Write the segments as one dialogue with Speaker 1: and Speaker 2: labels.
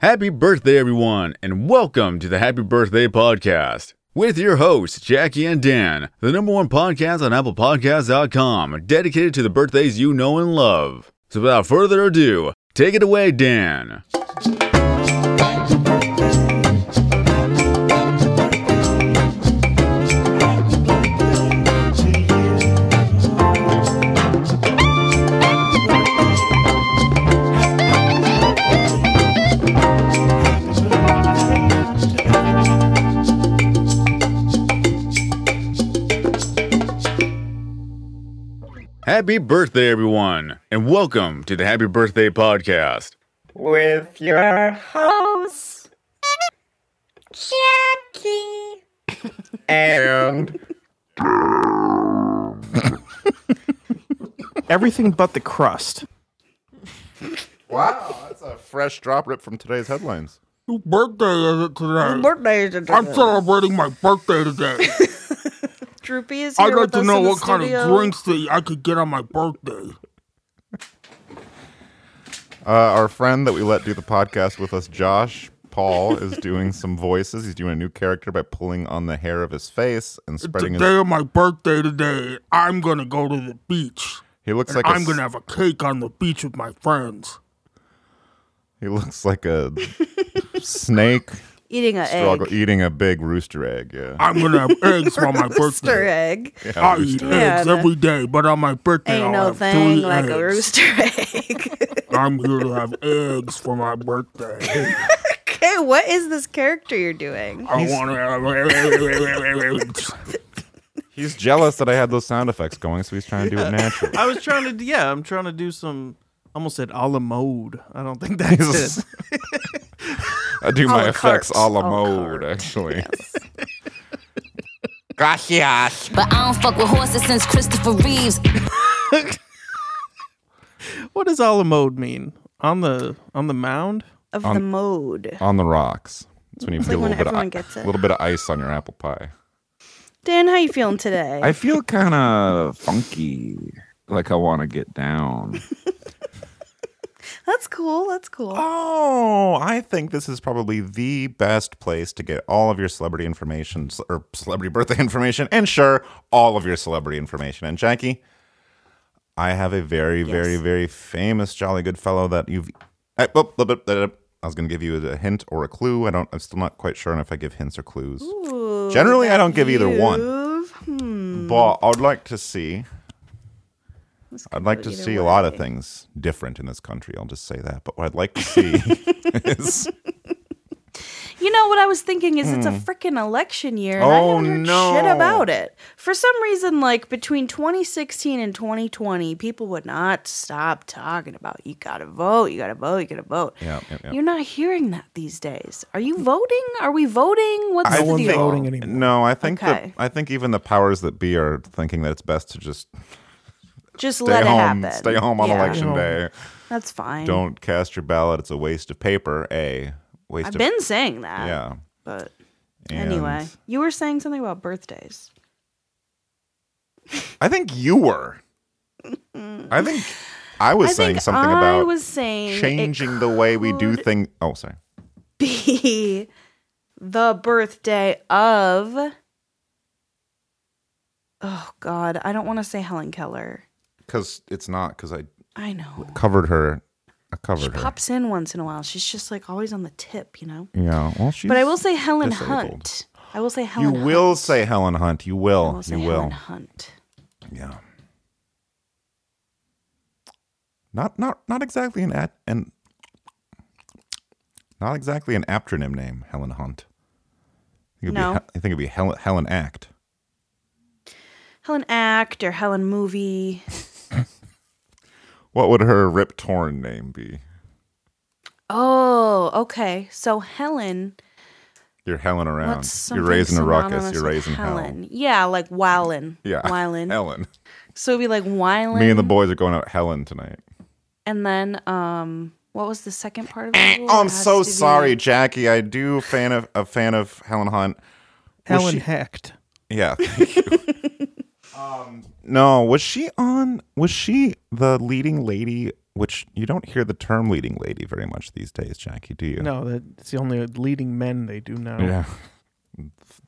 Speaker 1: Happy birthday, everyone, and welcome to the Happy Birthday Podcast with your hosts, Jackie and Dan, the number one podcast on ApplePodcasts.com dedicated to the birthdays you know and love. So, without further ado, take it away, Dan. Happy birthday, everyone, and welcome to the Happy Birthday Podcast.
Speaker 2: with your host, Jackie. and
Speaker 3: Everything but the crust.
Speaker 4: Wow, that's a fresh drop rip from today's headlines.
Speaker 5: Whose birthday is it today?
Speaker 2: birthday is
Speaker 5: I'm celebrating my birthday today.
Speaker 6: Droopy is here
Speaker 5: I'd like
Speaker 6: with
Speaker 5: to
Speaker 6: us
Speaker 5: know
Speaker 6: in the
Speaker 5: what kind of
Speaker 6: studio.
Speaker 5: drinks that I could get on my birthday.
Speaker 4: Uh, our friend that we let do the podcast with us, Josh Paul, is doing some voices. He's doing a new character by pulling on the hair of his face and spreading
Speaker 5: The
Speaker 4: his.
Speaker 5: day of my birthday today, I'm gonna go to the beach.
Speaker 4: He looks like a
Speaker 5: I'm
Speaker 4: s-
Speaker 5: gonna have a cake on the beach with my friends.
Speaker 4: He looks like a snake
Speaker 6: Eating an
Speaker 4: struggle
Speaker 6: egg.
Speaker 4: eating a big rooster egg. Yeah,
Speaker 5: I'm gonna have eggs on my
Speaker 6: Rooster
Speaker 5: birthday.
Speaker 6: egg.
Speaker 5: I eat
Speaker 6: Yeah,
Speaker 5: eggs
Speaker 6: that-
Speaker 5: every day, but on my birthday,
Speaker 6: Ain't
Speaker 5: I'll
Speaker 6: no
Speaker 5: have
Speaker 6: thing
Speaker 5: three
Speaker 6: like
Speaker 5: eggs.
Speaker 6: a rooster egg.
Speaker 5: I'm here to have eggs for my birthday.
Speaker 6: okay, what is this character you're doing?
Speaker 5: I want to have eggs.
Speaker 4: he's jealous that I had those sound effects going, so he's trying to do it naturally.
Speaker 3: I was trying to, do- yeah, I'm trying to do some. I Almost said a la mode. I don't think that's it.
Speaker 4: I do my
Speaker 6: la
Speaker 4: effects
Speaker 6: carte.
Speaker 4: a la
Speaker 6: A la
Speaker 4: mode, actually.
Speaker 7: But I don't fuck with horses since Christopher Reeves.
Speaker 3: What does a la mode mean? On the on the mound?
Speaker 6: Of
Speaker 5: Um,
Speaker 6: the mode.
Speaker 4: On the rocks. That's when you get a
Speaker 6: like when
Speaker 4: little bit of
Speaker 6: everyone
Speaker 4: i-
Speaker 6: gets it.
Speaker 4: little bit of ice on your apple pie.
Speaker 6: Dan, how you feeling today?
Speaker 8: I feel kind of funky, like I want to get down.
Speaker 6: that's cool. That's cool.
Speaker 4: Oh, I think this is probably the best place to get all of your celebrity information ce- or celebrity birthday information, and sure, all of your celebrity information. And Jackie, I have a very, very, very famous jolly good fellow that you've. I, oh, blah, blah, blah, blah. I was going to give you a hint or a clue. I don't. I'm still not quite sure enough. I give hints or clues.
Speaker 6: Ooh,
Speaker 4: Generally, I don't give either one,
Speaker 6: move. Hmm.
Speaker 4: but I'd like to see.
Speaker 6: This
Speaker 4: I'd
Speaker 6: could
Speaker 4: like to
Speaker 6: go either
Speaker 4: see a lot of
Speaker 6: way.
Speaker 4: things different in this country. I'll just say that. But what I'd like to see is.
Speaker 6: You know what I was thinking is it's a freaking election year, and
Speaker 4: Hmm. Oh,
Speaker 6: I haven't heard shit
Speaker 4: no.
Speaker 6: about it. For some reason, like between 2016 and 2020, people would not stop talking about you gotta vote, you gotta vote, you gotta vote.
Speaker 4: Yeah, yeah, yeah.
Speaker 6: You're not hearing that these days. Are you voting? Are we voting? What's
Speaker 4: I
Speaker 6: the
Speaker 4: don't
Speaker 6: deal?
Speaker 4: think-
Speaker 3: voting anymore.
Speaker 4: No, I think that
Speaker 6: Okay.
Speaker 4: I think even the powers that be are thinking that it's best to just
Speaker 6: Just
Speaker 4: stay
Speaker 6: let
Speaker 4: home,
Speaker 6: it happen.
Speaker 4: stay home on
Speaker 6: Yeah,
Speaker 4: election day.
Speaker 6: That's fine.
Speaker 4: Don't cast your ballot; it's a waste of paper. A waste
Speaker 6: I've
Speaker 4: of
Speaker 6: been saying that.
Speaker 4: yeah.
Speaker 6: But
Speaker 4: And
Speaker 6: anyway, you were saying something about birthdays.
Speaker 4: I think you were. I think I was
Speaker 6: I
Speaker 4: saying
Speaker 6: think
Speaker 4: something
Speaker 6: I
Speaker 4: about
Speaker 6: was saying it
Speaker 4: changing the way we do
Speaker 6: could-
Speaker 4: things. Oh, sorry.
Speaker 6: be the birthday of oh god i don't want to say helen keller
Speaker 4: Because it's not. Because I
Speaker 6: i know
Speaker 4: covered her. I
Speaker 6: she
Speaker 4: covered her.
Speaker 6: pops in once in a while she's just like always on the tip you know
Speaker 4: Yeah. Well, she's.
Speaker 6: but i will say helen
Speaker 4: disabled.
Speaker 6: hunt i will say
Speaker 4: You
Speaker 6: helen
Speaker 4: will
Speaker 6: Hunt.
Speaker 4: say Helen Hunt. You will.
Speaker 6: I will say
Speaker 4: you will.
Speaker 6: helen hunt
Speaker 4: Yeah. Not not not exactly an at an not exactly an aptronym name, Helen Hunt. I think it'd
Speaker 6: No.
Speaker 4: be, Hel- I think it'd be Helen, Helen Act.
Speaker 6: helen act or helen movie
Speaker 4: What would her Rip Torn name be?
Speaker 6: oh okay so helen
Speaker 4: You're Helen around.
Speaker 6: what's
Speaker 4: You're
Speaker 6: something
Speaker 4: raising a ruckus.
Speaker 6: synonymous
Speaker 4: You're
Speaker 6: with
Speaker 4: raising
Speaker 6: helen
Speaker 4: hell.
Speaker 6: yeah like wildin
Speaker 4: Yeah,
Speaker 6: wildin
Speaker 4: Helen.
Speaker 6: so it'd be like wildin
Speaker 4: Me and the boys are going out Helen tonight.
Speaker 6: And then, um, what was the second part of it?
Speaker 4: Oh, I'm so sorry, Jackie. I do fan of a fan of Helen Hunt. Was
Speaker 3: Helen
Speaker 4: she-
Speaker 3: Hecht.
Speaker 4: Yeah, thank you. um, no, was she on? Was she the leading lady which you don't hear the term leading lady very much these days, Jackie, do you?
Speaker 3: No, that's the only leading men they do now.
Speaker 4: Yeah.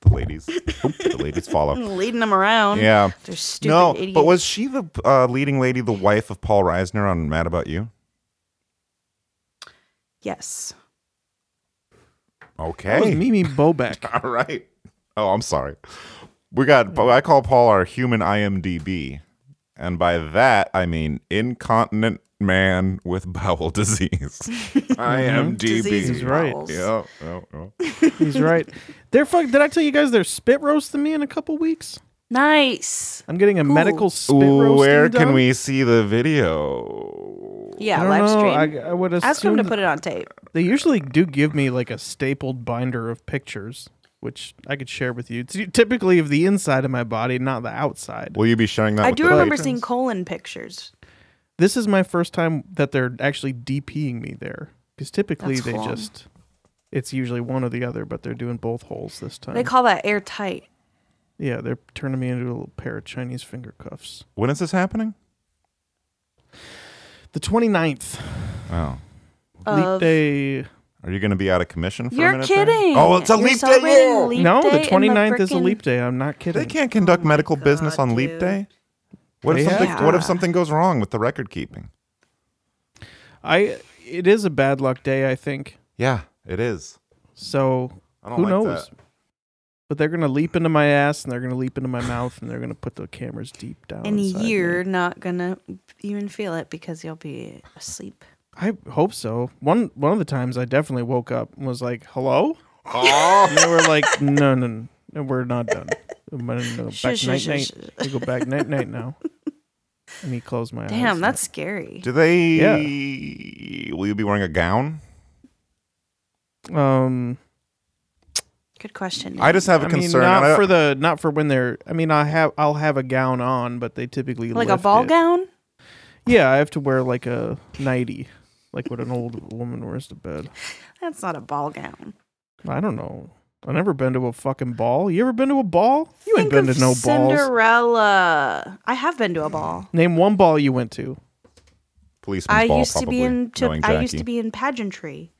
Speaker 4: The ladies, oop, the ladies follow.
Speaker 6: leading them around.
Speaker 4: Yeah.
Speaker 6: Um, They're stupid
Speaker 4: No,
Speaker 6: idiots.
Speaker 4: but was she the uh, leading lady, the wife of Paul Reisner on Mad About You?
Speaker 6: yes.
Speaker 3: That was
Speaker 4: Okay.
Speaker 3: Mimi Bobek.
Speaker 4: All right. Oh, I'm sorry. We got, I call Paul our human IMDb. And by that, I mean incontinent man with bowel disease. IMDb.
Speaker 6: Mm-hmm. Disease
Speaker 3: right.
Speaker 6: rolls.
Speaker 4: Yeah. yeah, yeah.
Speaker 3: He's right. They're fuck. Did I tell you guys they're spit roasting me in a couple weeks?
Speaker 6: Nice.
Speaker 3: I'm getting a medical spit
Speaker 4: Ooh,
Speaker 3: roast.
Speaker 4: where can we see the video?
Speaker 6: Yeah,
Speaker 3: I don't
Speaker 6: live
Speaker 3: know.
Speaker 6: stream.
Speaker 3: I, I would assume
Speaker 6: Ask them to put it on tape.
Speaker 3: They usually do give me like a stapled binder of pictures, which I could share with you. It's typically of the inside of my body, not the outside.
Speaker 4: Will you be sharing that?
Speaker 6: I
Speaker 4: with
Speaker 6: do
Speaker 4: the
Speaker 6: remember
Speaker 4: patrons?
Speaker 6: seeing colon pictures.
Speaker 3: This is my first time that they're actually DPing me there, because typically
Speaker 6: That's
Speaker 3: they
Speaker 6: cool.
Speaker 3: just. It's usually one or the other, but they're doing both holes this time.
Speaker 6: They call that airtight.
Speaker 3: yeah, they're turning me into a little pair of Chinese finger cuffs.
Speaker 4: When is this happening?
Speaker 3: The 29th,
Speaker 4: Oh,
Speaker 6: Of-
Speaker 3: leap day.
Speaker 4: are you going to be out of commission? For a
Speaker 6: You're
Speaker 4: minute there?
Speaker 6: kidding.
Speaker 4: Oh, it's a
Speaker 6: You're
Speaker 4: leap day.
Speaker 6: celebrating
Speaker 4: yeah!
Speaker 6: leap
Speaker 3: No,
Speaker 6: day
Speaker 3: the
Speaker 6: and
Speaker 3: 29th is a
Speaker 6: frickin-
Speaker 3: leap day. I'm not kidding.
Speaker 4: They can't conduct medical business on leap
Speaker 6: Oh dude.
Speaker 4: day. What if,
Speaker 3: They
Speaker 4: something,
Speaker 6: have-
Speaker 4: what if something goes wrong with the record keeping?
Speaker 3: I it is a bad luck day, I think.
Speaker 4: Yeah, it is.
Speaker 3: So
Speaker 4: I don't
Speaker 3: who
Speaker 4: like
Speaker 3: knows?
Speaker 4: that.
Speaker 3: But they're gonna leap into my ass and they're gonna leap into my mouth and they're gonna put the cameras deep down.
Speaker 6: And
Speaker 3: inside
Speaker 6: you're
Speaker 3: me.
Speaker 6: not gonna even feel it because you'll be asleep.
Speaker 3: I hope so. One one of the times I definitely woke up and was like, Hello? And they were like, No, no, no, no, we're not done. I'm gonna go back
Speaker 6: Shush,
Speaker 3: night
Speaker 6: shush,
Speaker 3: night.
Speaker 6: shush,
Speaker 3: We go back night night now. And he closed my eyes.
Speaker 6: Damn, that's scary.
Speaker 4: Do they?
Speaker 3: Yeah.
Speaker 4: Will you be wearing a gown?
Speaker 3: um
Speaker 6: Good question.
Speaker 4: I just have a
Speaker 3: I mean,
Speaker 4: concern.
Speaker 3: not
Speaker 4: and I-
Speaker 3: for the not for when they're. I mean, I have I'll have a gown on, but they typically
Speaker 6: like a
Speaker 3: lift
Speaker 6: ball
Speaker 3: it.
Speaker 6: gown.
Speaker 3: Yeah, I have to wear like a nighty, like what an old woman wears to bed.
Speaker 6: That's not a ball gown.
Speaker 3: I don't know. I've never been to a fucking ball. You ever been to a ball? You ain't
Speaker 6: Think
Speaker 3: been
Speaker 6: of
Speaker 3: to no balls. Mm.
Speaker 6: Cinderella. I have been to a ball.
Speaker 3: Name one ball you went to.
Speaker 4: policeman's
Speaker 6: I
Speaker 4: ball,
Speaker 6: used to
Speaker 4: probably,
Speaker 6: be in. To,
Speaker 4: knowing
Speaker 6: I used to
Speaker 4: Jackie.
Speaker 6: be in pageantry.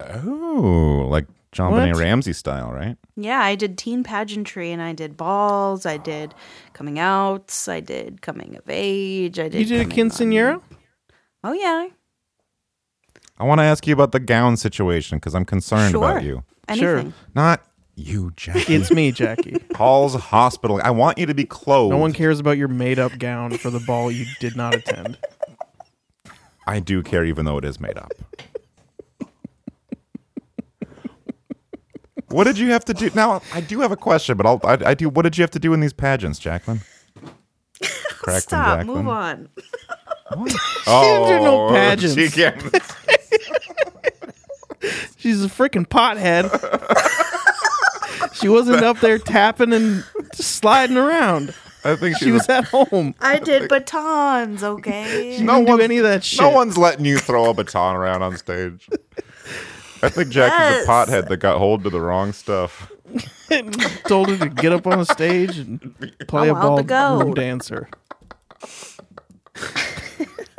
Speaker 4: Oh, like John Benet
Speaker 3: What?
Speaker 4: Ramsey style, right?
Speaker 6: Yeah, I did teen pageantry, and I did balls. I did coming outs. I did coming of age. I did.
Speaker 3: You did a
Speaker 6: coming on-
Speaker 3: quinceanera?
Speaker 6: Oh yeah,
Speaker 4: I want to ask you about the gown situation because I'm concerned
Speaker 6: sure.
Speaker 4: about you.
Speaker 6: Anything.
Speaker 4: Not you, Jackie.
Speaker 3: It's me, Jackie.
Speaker 4: Paul's hospital. I want you to be clothed.
Speaker 3: No one cares about your made-up gown for the ball you did not attend.
Speaker 4: I do care, even though it is made up. what did you have to do? Now I do have a question, but I'll, I, I do. What did you have to do in these pageants, Jacqueline? Crackling
Speaker 6: Stop.
Speaker 4: Jacqueline.
Speaker 6: Move on.
Speaker 4: Oh,
Speaker 3: There are no pageants.
Speaker 4: she can't-
Speaker 3: She's a freaking pothead. she wasn't up there tapping and sliding around.
Speaker 4: I think
Speaker 3: She was at home.
Speaker 6: I did batons. Okay.
Speaker 3: No didn't do
Speaker 4: one's-
Speaker 3: any of that shit.
Speaker 4: No one's letting you throw a baton around on stage. I think Jackie's
Speaker 6: Yes.
Speaker 4: a pothead that got hold to the wrong stuff.
Speaker 3: told her to get up on the stage and play
Speaker 6: I
Speaker 3: a
Speaker 6: want
Speaker 3: ball
Speaker 6: the gown.
Speaker 3: room dancer.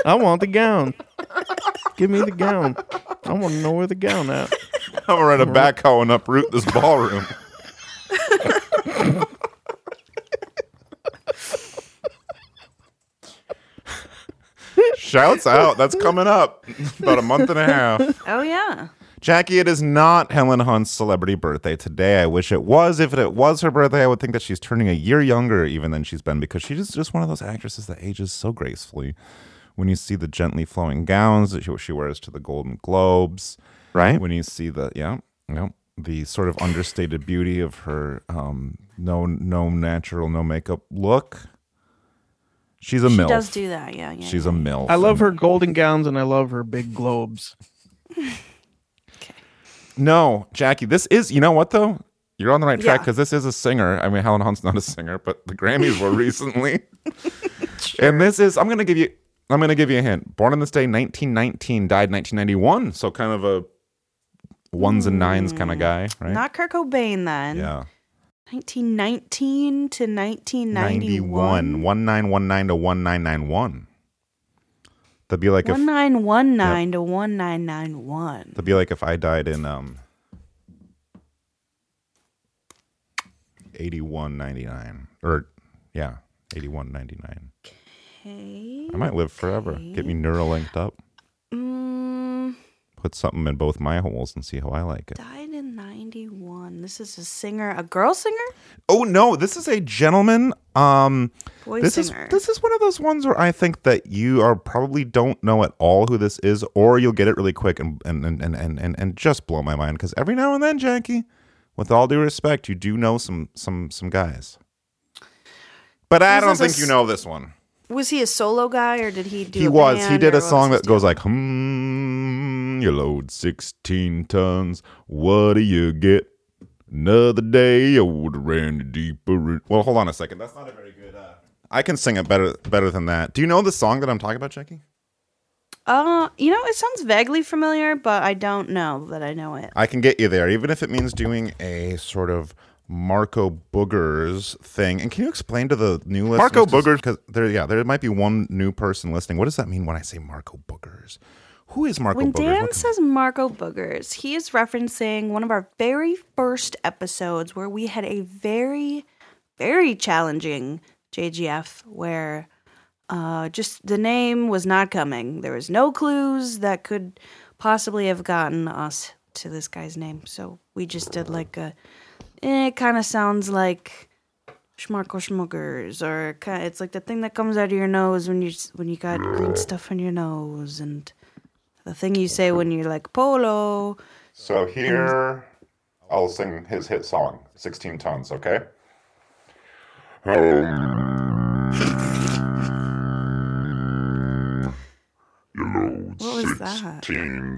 Speaker 3: I want the gown. Give me the gown. I want to know where the gown at.
Speaker 4: I'm gonna rent a backhoe and uproot this ballroom. Shouts out. That's coming up. About a month and a half.
Speaker 6: Oh yeah.
Speaker 4: Jackie, it is not Helen Hunt's celebrity birthday today. I wish it was. If it was her birthday, I would think that she's turning a year younger even than she's been because she's just one of those actresses that ages so gracefully. When you see the gently flowing gowns that she, she wears to the Golden Globes,
Speaker 8: Right?
Speaker 4: when you see the yeah yeah the sort of understated beauty of her um no no natural no makeup look she's a
Speaker 6: She
Speaker 4: milf
Speaker 6: does do that. Yeah. Yeah.
Speaker 4: she's a milf
Speaker 3: I love her golden gowns and I love her big globes.
Speaker 4: no jackie this is you know what though you're on the right track
Speaker 6: Yeah.
Speaker 4: because this is a singer i mean helen hunt's not a singer but the grammys were recently and this is i'm gonna give you i'm gonna give you a hint born on this day 1919 died 1991 so kind of a ones and nines kind of guy right
Speaker 6: Mm. Not Kirk Cobain then.
Speaker 4: yeah
Speaker 6: 1919 to
Speaker 4: 1991.
Speaker 6: 1991.
Speaker 4: 1919 to 1991. That'd be like if
Speaker 6: One nine one nine to one nine nine one.
Speaker 4: that'd be like if I died in um eighty one ninety nine or yeah eighty one ninety nine.
Speaker 6: Okay.
Speaker 4: I might live forever. Get me neuralinked up.
Speaker 6: Mm,
Speaker 4: Put something in both my holes and see how I like it.
Speaker 6: died in ninety one. This is a singer, a girl singer,
Speaker 4: Oh no, this is a gentleman. Um,
Speaker 6: boy
Speaker 4: this
Speaker 6: singer.
Speaker 4: is this is one of those ones where I think that you are probably don't know at all who this is, or you'll get it really quick and and and and and, and, and just blow my mind because every now and then, Janky, with all due respect, you do know some some some guys. But I
Speaker 6: This
Speaker 4: don't
Speaker 6: is a
Speaker 4: think you
Speaker 6: s-
Speaker 4: know this one.
Speaker 6: was he a solo guy or did he do?
Speaker 4: He
Speaker 6: a
Speaker 4: was. He
Speaker 6: band,
Speaker 4: did
Speaker 6: or
Speaker 4: a
Speaker 6: what
Speaker 4: song
Speaker 6: was
Speaker 4: that goes like, hmm, you load 16 tons. What do you get? Another day old Randy Deeper. in-" Well, hold on a second. That's not a very good. Uh... I can sing it better better than that. Do you know the song that I'm talking about, Jackie?
Speaker 6: Uh, you know, it sounds vaguely familiar, but I don't know that I know it.
Speaker 4: I can get you there, even if it means doing a sort of Marco Boogers thing. And can you explain to the new listeners?
Speaker 8: Marco Boogers.
Speaker 4: Because there, yeah, there might be one new person listening. What does that mean when I say Marco Boogers? Who is Marco
Speaker 6: When
Speaker 4: Boogers? What
Speaker 6: Dan
Speaker 4: can-
Speaker 6: says Marco Boogers, he is referencing one of our very first episodes where we had a very, very challenging JGF where uh, just the name was not coming. There was no clues that could possibly have gotten us to this guy's name. So we just did like a, eh, it kind of sounds like Schmarko Schmuggers, or ki- it's like the thing that comes out of your nose when you s- when you got green stuff on your nose, and the thing you say when you're like polo.
Speaker 4: So here, I'll sing his hit song, 16 Tons, okay?
Speaker 6: What was that?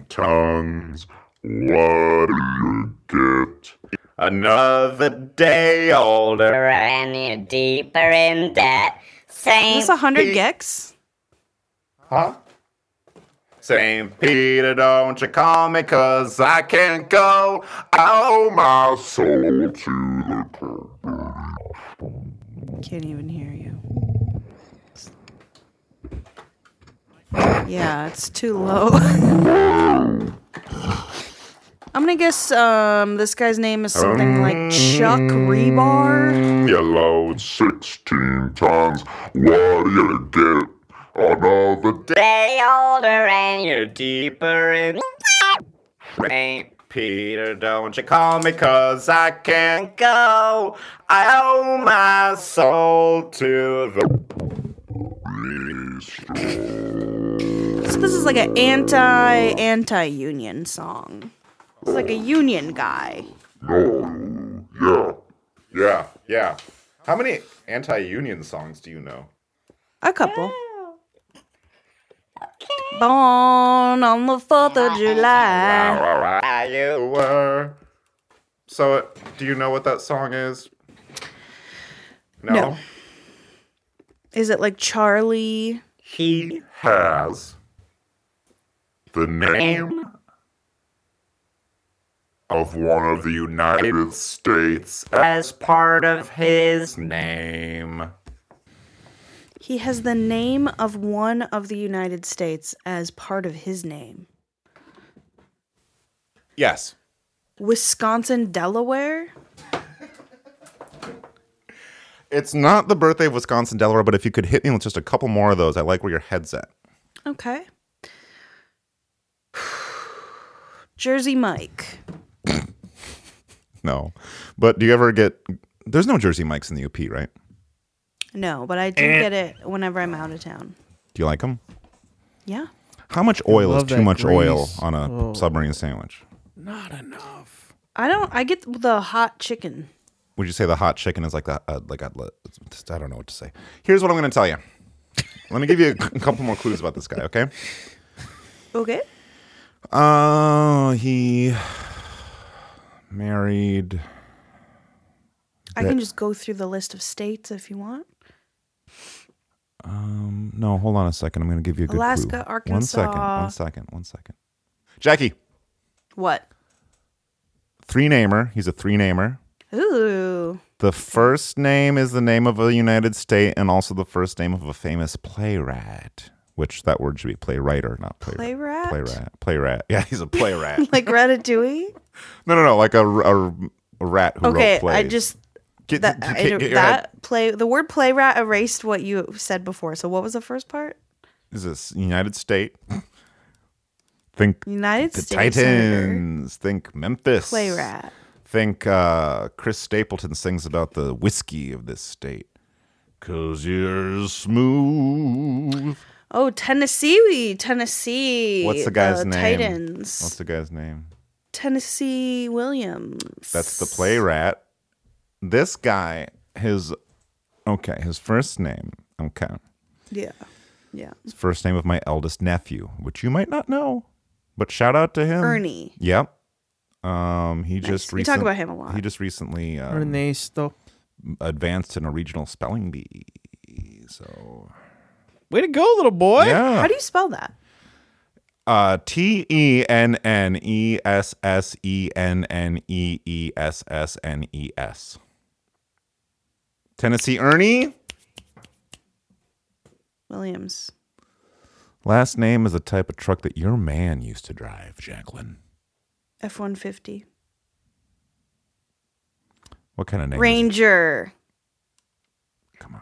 Speaker 4: Tons, what do you get? Another day older.
Speaker 2: And you're deeper in debt. Same.
Speaker 6: Is this hundred gex?
Speaker 4: Huh? St. Peter, don't you call me, cause I can't go. Oh, my soul to the
Speaker 6: Can't even hear you. Yeah, it's too low. I'm gonna guess um, this guy's name is something like Chuck Rebar.
Speaker 9: You load 16 tons. What do you get? Another day.
Speaker 2: Day older and you're deeper in.
Speaker 4: St. Peter, don't you call me, cause I can't go. I owe my soul to the.
Speaker 6: So this is like an anti anti union song. It's like a union guy.
Speaker 9: No. Yeah.
Speaker 4: Yeah, yeah. How many anti union songs do you know?
Speaker 6: A couple. Born on the fourth of July.
Speaker 4: You were. So, do you know what that song is?
Speaker 6: No. Is it like Charlie?
Speaker 9: He has the name of one of the United States as part of his
Speaker 4: Name.
Speaker 6: He has the name of one of the United States as part of his name.
Speaker 4: Yes.
Speaker 6: Wisconsin, Delaware?
Speaker 4: It's not the birthday of Wisconsin, Delaware, but if you could hit me with just a couple more of those, I like where your head's at.
Speaker 6: Okay. Jersey Mike.
Speaker 4: No. But do you ever get. There's no Jersey Mikes in the UP, right?
Speaker 6: No, but I do get it whenever I'm out of town.
Speaker 4: Do you like them?
Speaker 6: Yeah.
Speaker 4: How much oil is
Speaker 3: love
Speaker 4: too
Speaker 3: that
Speaker 4: much oil
Speaker 3: grease. Oh.
Speaker 4: on a submarine sandwich?
Speaker 3: Not enough.
Speaker 6: I don't I get the hot chicken.
Speaker 4: Would you say the hot chicken is like that? Uh, like I, I don't know what to say. Here's what I'm going to tell you. Let me give you a c- couple more clues about this guy, okay?
Speaker 6: Okay.
Speaker 4: Uh, he married.
Speaker 6: I can just go through the list of states if you want.
Speaker 4: No, hold on a second. I'm going to give you a good clue.
Speaker 6: Alaska,
Speaker 4: One second.
Speaker 6: Arkansas.
Speaker 4: One second. One second. Jackie,
Speaker 6: What?
Speaker 4: three namer. He's a three namer.
Speaker 6: Ooh.
Speaker 4: The first name is the name of a United State and also the first name of a famous playwright. which that word should be play writer, not play
Speaker 6: Play rat?
Speaker 4: Play rat. Play rat. Yeah, he's a play rat.
Speaker 6: like Ratatouille.
Speaker 4: no, no, no. Like a, a, a rat who
Speaker 6: Okay,
Speaker 4: wrote plays.
Speaker 6: I just
Speaker 4: Get-
Speaker 6: that,
Speaker 4: you
Speaker 6: I
Speaker 4: can't
Speaker 6: don't-
Speaker 4: get your head-
Speaker 6: that play the word play rat erased what you said before. So what was the first part?
Speaker 4: Is this United States? Think
Speaker 6: United
Speaker 4: the
Speaker 6: States Senator.
Speaker 4: Titans. Think Memphis.
Speaker 6: play rat.
Speaker 4: Think uh, Chris Stapleton sings about the whiskey of this state. Cause you're smooth.
Speaker 6: Oh, Tennessee, Tennessee.
Speaker 4: What's the guy's
Speaker 6: uh,
Speaker 4: name?
Speaker 6: Titans.
Speaker 4: What's the guy's name?
Speaker 6: Tennessee Williams.
Speaker 4: That's the play rat. This guy, his okay, his first name. Okay,
Speaker 6: Yeah. Yeah.
Speaker 4: his first name of my eldest nephew, which you might not know, but shout out to him.
Speaker 6: Ernie.
Speaker 4: Yep. Um, he just
Speaker 6: We talk
Speaker 4: recent-
Speaker 6: about him a lot.
Speaker 4: He just recently um,
Speaker 3: Ernesto.
Speaker 4: advanced in a regional spelling bee. So
Speaker 3: Way to go, little boy.
Speaker 4: yeah,
Speaker 6: How do you spell that?
Speaker 4: uh, T E N N E S S E N N E E S S N E S. Tennessee Ernie.
Speaker 6: Williams.
Speaker 4: Last name is the type of truck that your man used to drive, Jacqueline.
Speaker 6: F one fifty.
Speaker 4: What kind of name? is
Speaker 6: Ranger.
Speaker 4: it? Come on.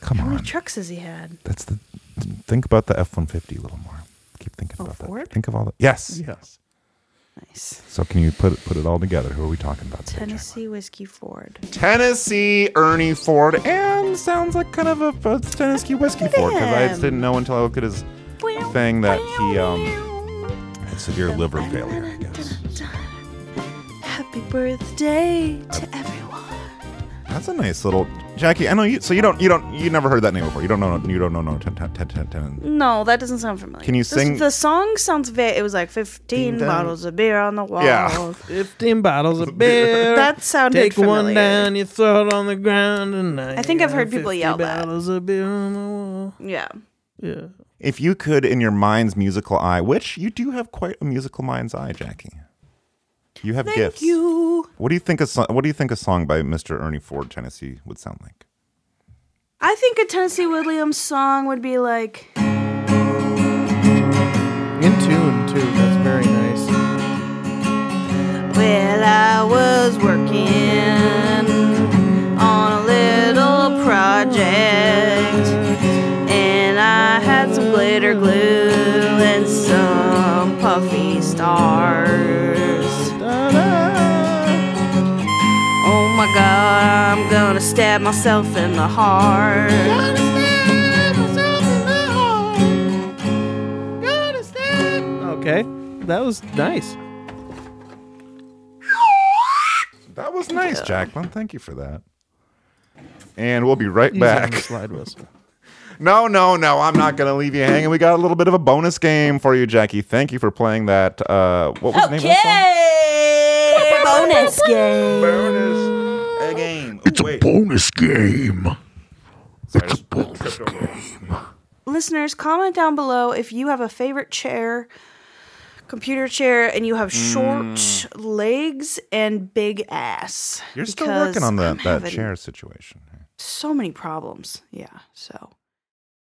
Speaker 4: Come
Speaker 6: How many
Speaker 4: on.
Speaker 6: trucks has he had?
Speaker 4: That's the. Think about the F one fifty a little more. Keep thinking
Speaker 6: Oh,
Speaker 4: about
Speaker 6: Ford?
Speaker 4: that. Think of all the. Yes.
Speaker 3: Yes.
Speaker 6: Nice.
Speaker 4: So can you put it, put it all together? Who are we talking about? today,
Speaker 6: Tennessee Whiskey Ford.
Speaker 4: Jacqueline? Tennessee Ernie Ford, and sounds like kind of a, a Tennessee whiskey Ford because I
Speaker 6: him.
Speaker 4: didn't know until I looked at his thing that he um had severe liver failure. I guess
Speaker 6: Happy birthday to everyone.
Speaker 4: that's a nice little Jackie. I know you. So you don't you don't you never heard that name before. You don't know you don't know no ten ten ten ten. ten.
Speaker 6: No, that doesn't sound familiar.
Speaker 4: Can you
Speaker 6: This-
Speaker 4: sing-
Speaker 6: The song sounds very. It was like 15
Speaker 4: Ding dong.
Speaker 6: bottles of beer on the wall.
Speaker 4: Yeah.
Speaker 3: 15 bottles of beer.
Speaker 6: That sounded
Speaker 3: Take one
Speaker 6: familiar.
Speaker 3: down, you throw it on the ground, and now
Speaker 6: I think
Speaker 3: you
Speaker 6: I've heard
Speaker 3: got
Speaker 6: people
Speaker 3: 50
Speaker 6: yell that.
Speaker 3: bottles of beer on the wall.
Speaker 6: Yeah.
Speaker 3: Yeah.
Speaker 4: If you could, in your mind's musical eye, which you do have quite a musical mind's eye, Jackie. You have
Speaker 6: Thank
Speaker 4: gifts.
Speaker 6: you.
Speaker 4: What do you think a song? What do you think a song by Mr. Ernie Ford, Tennessee, would sound like?
Speaker 6: I think a Tennessee Williams song would be like.
Speaker 3: In tune, too. That's very nice.
Speaker 6: Well, I was working on a little project, and I had some glitter glue and some puffy stars. Oh my god, I'm gonna stab myself in the heart.
Speaker 3: Okay. That was nice.
Speaker 4: That was nice, Jacqueline. Thank you for that. And we'll be right
Speaker 3: He's on
Speaker 4: back.
Speaker 3: the slide whistle.
Speaker 4: No, no, no. I'm not going to leave you hanging. We got a little bit of a bonus game for you, Jackie. Thank you for playing that. Uh, what was the name of that
Speaker 6: Okay! Bonus game!
Speaker 4: song? A game. Oh, wait.
Speaker 5: Bonus game.
Speaker 4: Sorry, I just tripped over one.
Speaker 6: listeners, comment down below if you have a favorite chair, computer chair, and you have short legs and big ass.
Speaker 4: Mm. You're still
Speaker 6: because
Speaker 4: working on that,
Speaker 6: I'm
Speaker 4: that
Speaker 6: having
Speaker 4: chair situation.
Speaker 6: So many problems. Yeah. So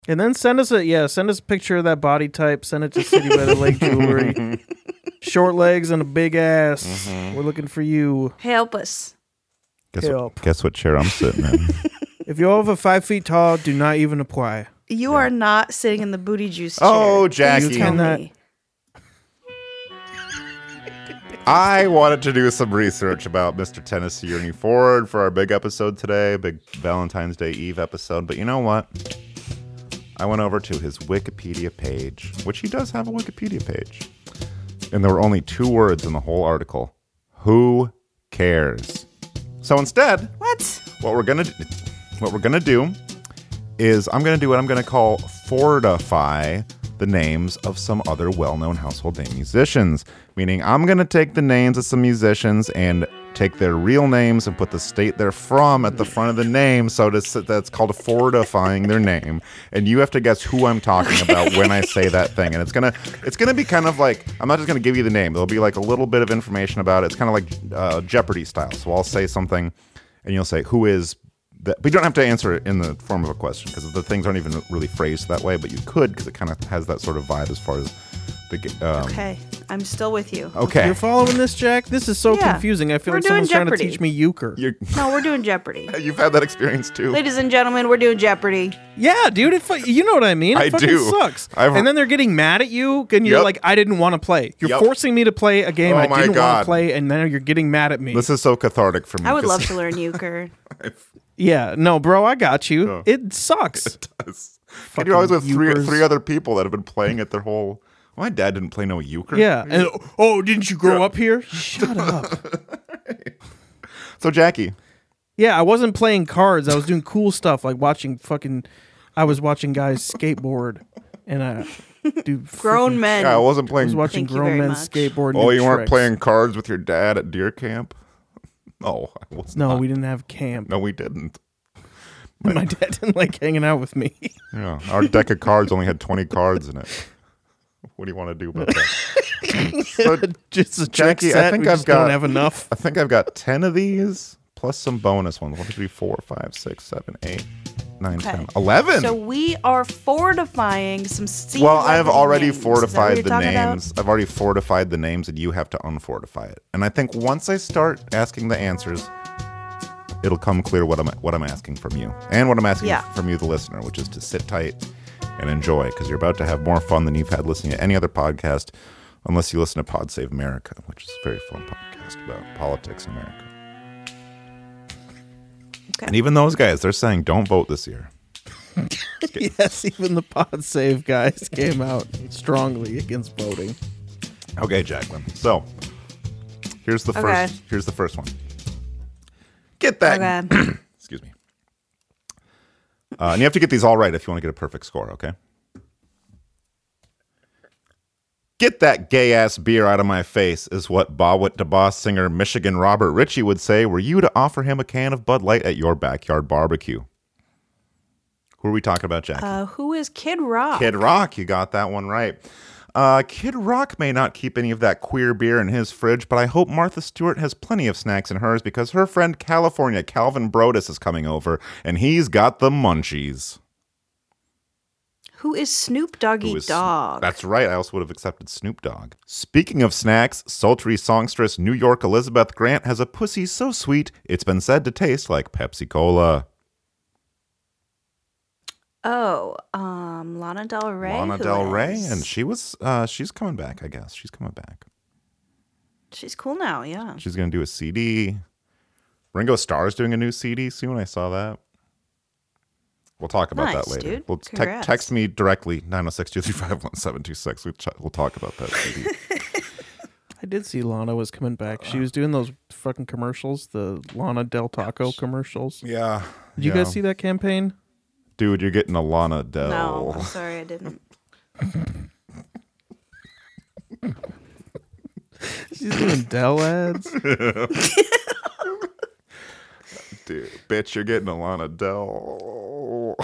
Speaker 3: And then send us a yeah, send us a picture of that body type. Send it to City by the Lake Jewelry. Short legs and a big ass.
Speaker 4: Mm-hmm.
Speaker 3: We're looking for you.
Speaker 6: help us.
Speaker 4: Guess
Speaker 3: Help.
Speaker 4: what, guess what chair I'm sitting in?
Speaker 3: If you're over five feet tall, do not even apply.
Speaker 6: You are not sitting in the booty juice chair.
Speaker 4: Oh,
Speaker 6: Please
Speaker 4: Jackie.
Speaker 6: tell
Speaker 3: Cannot-
Speaker 6: me.
Speaker 4: I wanted to do some research about Mr. Tennessee Ernie Ford for our big episode today, big Valentine's Day Eve episode. But you know what? I went over to his Wikipedia page, which he does have a Wikipedia page. And there were only two words in the whole article Who cares? So instead,
Speaker 6: What?
Speaker 4: what we're gonna do, what we're gonna do is I'm gonna do what I'm gonna call fortify the names of some other well-known household name musicians. Meaning I'm gonna take the names of some musicians and take their real names and put the state they're from at the front of the name. So to, s- that's called fortifying their name. And you have to guess who I'm talking about when I say that thing. And it's gonna it's gonna be kind of like I'm not just gonna give you the name. There'll be like a little bit of information about it. It's kind of like uh, Jeopardy style. So I'll say something and you'll say who is that we don't have to answer it in the form of a question because the things aren't even really phrased that way, but you could because it kind of has that sort of vibe as far as the. g- Um,
Speaker 6: Okay, I'm still with you.
Speaker 4: Okay.
Speaker 3: You're following this, Jack? This is so
Speaker 6: Yeah.
Speaker 3: confusing. I feel
Speaker 6: We're
Speaker 3: like
Speaker 6: doing
Speaker 3: someone's trying
Speaker 6: Jeopardy.
Speaker 3: to teach me euchre.
Speaker 4: You're-
Speaker 6: No, we're doing Jeopardy.
Speaker 4: you've had that experience too.
Speaker 6: Ladies and gentlemen, we're doing Jeopardy.
Speaker 3: Yeah, dude, it fu- you know what I mean. It
Speaker 4: I
Speaker 3: fucking
Speaker 4: do.
Speaker 3: sucks.
Speaker 4: I've-
Speaker 3: and then they're getting mad at you, and you're
Speaker 4: Yep.
Speaker 3: like, I didn't want to play. You're
Speaker 4: Yep.
Speaker 3: forcing me to play a game
Speaker 4: Oh
Speaker 3: I
Speaker 4: my
Speaker 3: didn't want
Speaker 4: God.
Speaker 3: to play, and then you're getting mad at me.
Speaker 4: This is so cathartic for me.
Speaker 6: I would
Speaker 4: 'cause-
Speaker 6: love to learn euchre.
Speaker 3: yeah, no, bro, I got you.
Speaker 4: Oh.
Speaker 3: It sucks.
Speaker 4: And you're always with three,
Speaker 3: Euchre's.
Speaker 4: three other people that have been playing it their whole. Well, my dad didn't play no euchre.
Speaker 3: Yeah. And, oh, didn't you grow up here? Shut up.
Speaker 4: So Jackie,
Speaker 3: Yeah, I wasn't playing cards. I was doing cool stuff like watching fucking. I was watching guys skateboard, and I, dude, freaking-
Speaker 6: Grown men.
Speaker 4: yeah, I wasn't
Speaker 3: I
Speaker 4: playing.
Speaker 3: was watching
Speaker 6: Thank you
Speaker 3: grown
Speaker 6: very
Speaker 3: men
Speaker 6: much.
Speaker 3: skateboard. and
Speaker 4: oh,
Speaker 3: do
Speaker 4: you weren't
Speaker 3: tricks.
Speaker 4: playing cards with your dad at deer camp? No, I was
Speaker 3: No,
Speaker 4: not.
Speaker 3: we didn't have camp.
Speaker 4: no, we didn't.
Speaker 3: My dad didn't like hanging out with me.
Speaker 4: Yeah, our deck of cards only had 20 cards in it. What do you want to do about that? So,
Speaker 3: just a trick
Speaker 4: Jackie, I
Speaker 3: set.
Speaker 4: think
Speaker 3: we
Speaker 4: I've
Speaker 3: just don't
Speaker 4: got-
Speaker 3: have enough.
Speaker 4: I think I've got 10 of these plus some bonus ones. One, two, three, four, five, six, seven, eight, nine,
Speaker 6: Okay.
Speaker 4: 10, 11.
Speaker 6: So we are fortifying some sea
Speaker 4: well, I have
Speaker 6: level
Speaker 4: already
Speaker 6: names. Is that what
Speaker 4: fortified
Speaker 6: you're
Speaker 4: the
Speaker 6: talking about?
Speaker 4: names. I've already fortified the names, and you have to unfortify it. And I think once I start asking the answers, it'll come clear what I'm what I'm asking from you, and what I'm asking
Speaker 6: Yeah.
Speaker 4: from you, the listener, which is to sit tight and enjoy, because you're about to have more fun than you've had listening to any other podcast, unless you listen to Pod Save America, which is a very fun podcast about politics in America.
Speaker 6: Okay.
Speaker 4: And even those guys, they're saying don't vote this year.
Speaker 3: Yes, even the pod save guys came out strongly against voting.
Speaker 4: Okay, Jacqueline. So here's the
Speaker 6: Okay.
Speaker 4: first. Here's the first one. Get that.
Speaker 6: Okay.
Speaker 4: Excuse me. Uh, and you have to get these all right if you want to get a perfect score. Okay. Get that gay ass beer out of my face is what Bawit DeBoss singer Michigan Robert Ritchie would say were you to offer him a can of Bud Light at your backyard barbecue. Who are we talking about, Jackie?
Speaker 6: Uh, who is Kid Rock?
Speaker 4: Kid Rock, you got that one right. Uh, Kid Rock may not keep any of that queer beer in his fridge, but I hope Martha Stewart has plenty of snacks in hers because her friend California Calvin Brodus is coming over and he's got the munchies.
Speaker 6: Who is Snoop Doggy
Speaker 4: Who is-
Speaker 6: Dog?
Speaker 4: That's right. I also would have accepted Snoop Dogg. Speaking of snacks, sultry songstress New York Elizabeth Grant has a pussy so sweet it's been said to taste like Pepsi Cola.
Speaker 6: oh, um, Lana Del Rey.
Speaker 4: Lana
Speaker 6: who
Speaker 4: Del Rey,
Speaker 6: is-
Speaker 4: and she was uh, she's coming back. I guess she's coming back.
Speaker 6: she's cool now. Yeah.
Speaker 4: She's gonna do a CD. Ringo Starr's doing a new CD soon. I saw that. We'll talk about
Speaker 6: Nice,
Speaker 4: that later.
Speaker 6: dude.
Speaker 4: Well, te-
Speaker 6: Congrats.
Speaker 4: text me directly 906-235-1726. We'll, ch- we'll talk about that CD.
Speaker 3: I did see Lana was coming back. She was doing those fucking commercials, the Lana Del Taco commercials. Did
Speaker 4: yeah.
Speaker 3: you guys see that campaign?
Speaker 4: Dude, you're getting a Lana Del.
Speaker 6: No, I'm sorry, I didn't.
Speaker 3: She's doing Del ads.
Speaker 4: Dude, bitch, you're getting a Lana Del.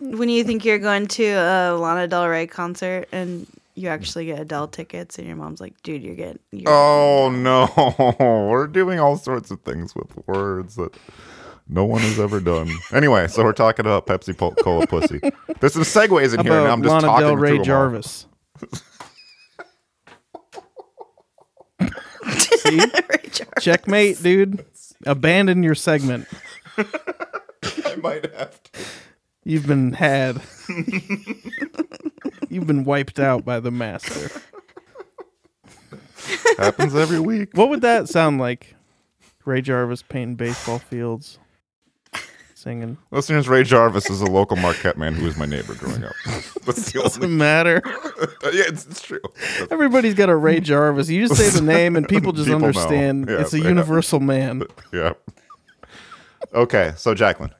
Speaker 6: When you think you're going to a Lana Del Rey concert and you actually get Adele tickets, and your mom's like, "Dude, you're getting." You're
Speaker 4: Oh no. We're doing all sorts of things with words that no one has ever done. anyway, so we're talking about Pepsi Pol- Cola pussy. There's some segues in
Speaker 3: How
Speaker 4: here, and
Speaker 3: about
Speaker 4: I'm just
Speaker 3: Lana
Speaker 4: talking
Speaker 3: Del Rey
Speaker 4: through 'em all.
Speaker 3: Jarvis? See? Checkmate, dude. Abandon your segment.
Speaker 4: I might have to.
Speaker 3: You've been had. You've been wiped out by the master.
Speaker 4: Happens every week.
Speaker 3: What would that sound like? Ray Jarvis painting baseball fields, singing.
Speaker 4: Listeners, Ray Jarvis is a local Marquette man who was my neighbor growing up. That's the only.
Speaker 3: Doesn't matter.
Speaker 4: Yeah, it's, it's true.
Speaker 3: Everybody's got a Ray Jarvis. You just say the name, and people just
Speaker 4: People know.
Speaker 3: understand.
Speaker 4: Yeah,
Speaker 3: it's a
Speaker 4: yeah.
Speaker 3: universal man.
Speaker 4: Yeah. Okay, so Jacqueline.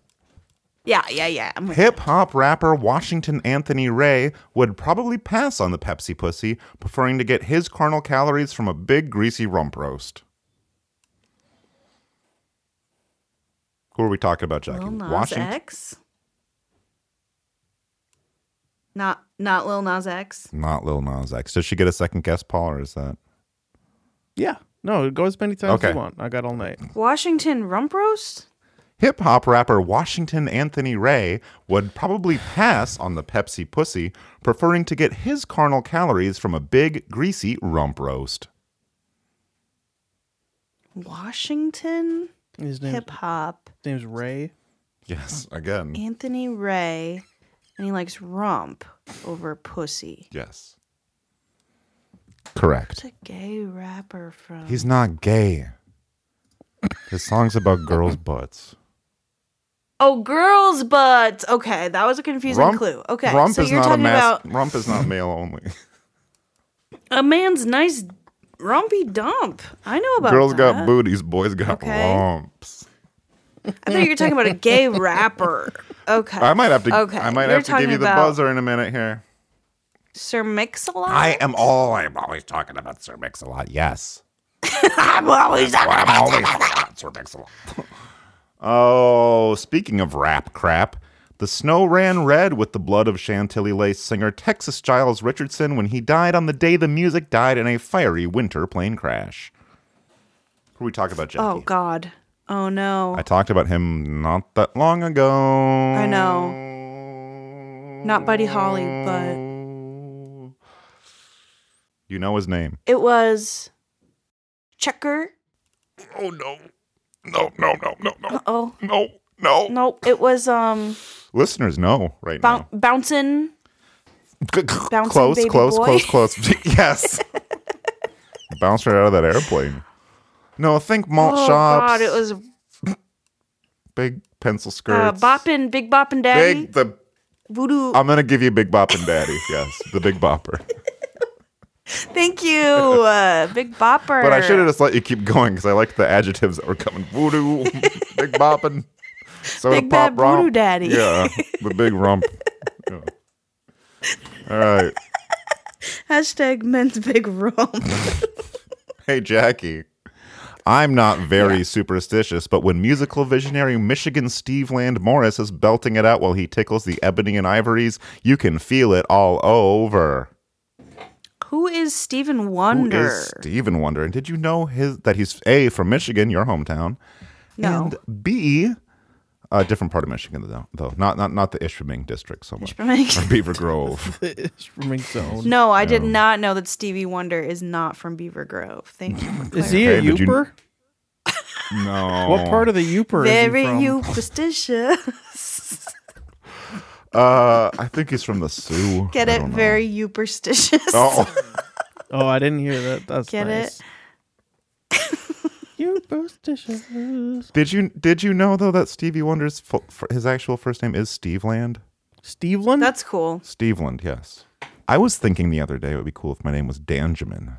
Speaker 6: yeah, yeah, yeah. I'm with
Speaker 4: Hip hop rapper Washington Anthony Ray would probably pass on the Pepsi Pussy, preferring to get his carnal calories from a big greasy rump roast. Who are we talking about, Jackie?
Speaker 6: Lil Nas
Speaker 4: Washington.
Speaker 6: X. Not not Lil Nas X.
Speaker 4: Not Lil Nas X. Does she get a second guest, Paul, or is that?
Speaker 3: Yeah. No, go as many times as
Speaker 4: Okay.
Speaker 3: you want. I got all night.
Speaker 6: Washington Rump Roast?
Speaker 4: Hip hop rapper Washington Anthony Ray would probably pass on the Pepsi Pussy, preferring to get his carnal calories from a big, greasy rump roast.
Speaker 6: Washington
Speaker 3: His name,
Speaker 6: hip hop.
Speaker 3: his name's Ray.
Speaker 4: Yes, again.
Speaker 6: Anthony Ray, and he likes rump over pussy.
Speaker 4: Yes. Correct.
Speaker 6: Who's a gay rapper from?
Speaker 4: He's not gay. His song's about girls' butts.
Speaker 6: oh, girls' butts. Okay, that was a confusing
Speaker 4: Rump-
Speaker 6: clue. Okay,
Speaker 4: rump
Speaker 6: so
Speaker 4: is
Speaker 6: you're
Speaker 4: not a
Speaker 6: talking
Speaker 4: mas-
Speaker 6: about
Speaker 4: rump is not male only.
Speaker 6: a man's nice rumpy dump. I know about
Speaker 4: Girls
Speaker 6: that.
Speaker 4: got booties, boys got
Speaker 6: Okay.
Speaker 4: rumps.
Speaker 6: I thought you were talking about a gay rapper. Okay,
Speaker 4: I might have to.
Speaker 6: Okay,
Speaker 4: I might
Speaker 6: you're
Speaker 4: have to give
Speaker 6: talking
Speaker 4: you the
Speaker 6: about
Speaker 4: buzzer in a minute here.
Speaker 6: Sir Mix-a-Lot.
Speaker 4: I am all. I'm always talking about Sir Mix a lot. Yes.
Speaker 6: I'm always
Speaker 4: I'm always talking about Sir Mix a lot. oh, speaking of rap crap, the snow ran red with the blood of Chantilly Lace singer Texas Giles Richardson when he died on the day the music died in a fiery winter plane crash. Who are we talking about, Jackie?
Speaker 6: Oh God. Oh no.
Speaker 4: I talked about him not that long ago. I
Speaker 6: know. Not Buddy Holly, but
Speaker 4: You know his name.
Speaker 6: it was Checker.
Speaker 4: Oh no. No, no, no, no, no.
Speaker 6: Oh
Speaker 4: No, no.
Speaker 6: nope. It was um
Speaker 4: Listeners know right
Speaker 6: bou- bouncing.
Speaker 4: now. close,
Speaker 6: baby
Speaker 4: close,
Speaker 6: boy.
Speaker 4: close, close, yes. Bounce right out of that airplane. No, think malt
Speaker 6: oh
Speaker 4: shops.
Speaker 6: God! It was
Speaker 4: big pencil
Speaker 6: uh,
Speaker 4: skirts.
Speaker 6: bopping, big bopping daddy,
Speaker 4: big the
Speaker 6: voodoo.
Speaker 4: I'm gonna give you Big Bop and Daddy. yes, the Big Bopper.
Speaker 6: Thank you, uh, big bopper.
Speaker 4: But I should have just let you keep going because I liked the adjectives that were coming. Voodoo, big bopping, soda
Speaker 6: Big
Speaker 4: pop
Speaker 6: bad
Speaker 4: romp.
Speaker 6: voodoo daddy.
Speaker 4: Yeah, the big rump. Yeah. All right.
Speaker 6: hashtag men's big rump.
Speaker 4: Hey, Jackie. I'm not very superstitious, but when musical visionary Michigan Steve Land Morris is belting it out while he tickles the ebony and ivories, you can feel it all over.
Speaker 6: Who is Stephen
Speaker 4: Who
Speaker 6: Wonder?
Speaker 4: is Steven Wonder? And did you know his that he's A from Michigan, your hometown?
Speaker 6: No.
Speaker 4: And B a different part of Michigan though though. Not not not the Ishpeming district so much. Or Beaver Grove.
Speaker 3: It's from his zone.
Speaker 6: no, I did not know that Stevie Wonder is not from Beaver Grove. Thank you. For
Speaker 3: Is he
Speaker 4: Okay,
Speaker 3: a
Speaker 4: did you-
Speaker 3: Uper?
Speaker 4: no.
Speaker 3: What part of the Uper
Speaker 6: Very
Speaker 3: is he from?
Speaker 6: superstitious.
Speaker 4: uh I think he's from the Sioux.
Speaker 6: Get
Speaker 4: I
Speaker 6: it?
Speaker 4: don't know.
Speaker 6: Very superstitious.
Speaker 4: Oh.
Speaker 3: Oh, I didn't hear that. That's
Speaker 6: Get
Speaker 3: nice. Superstitious.
Speaker 4: Did you did you know though that Stevie Wonder's fu- f- his actual first name is Steveland?
Speaker 3: Steveland?
Speaker 6: That's cool.
Speaker 4: Steveland, yes. I was thinking the other day it would be cool if my name was Danjamin.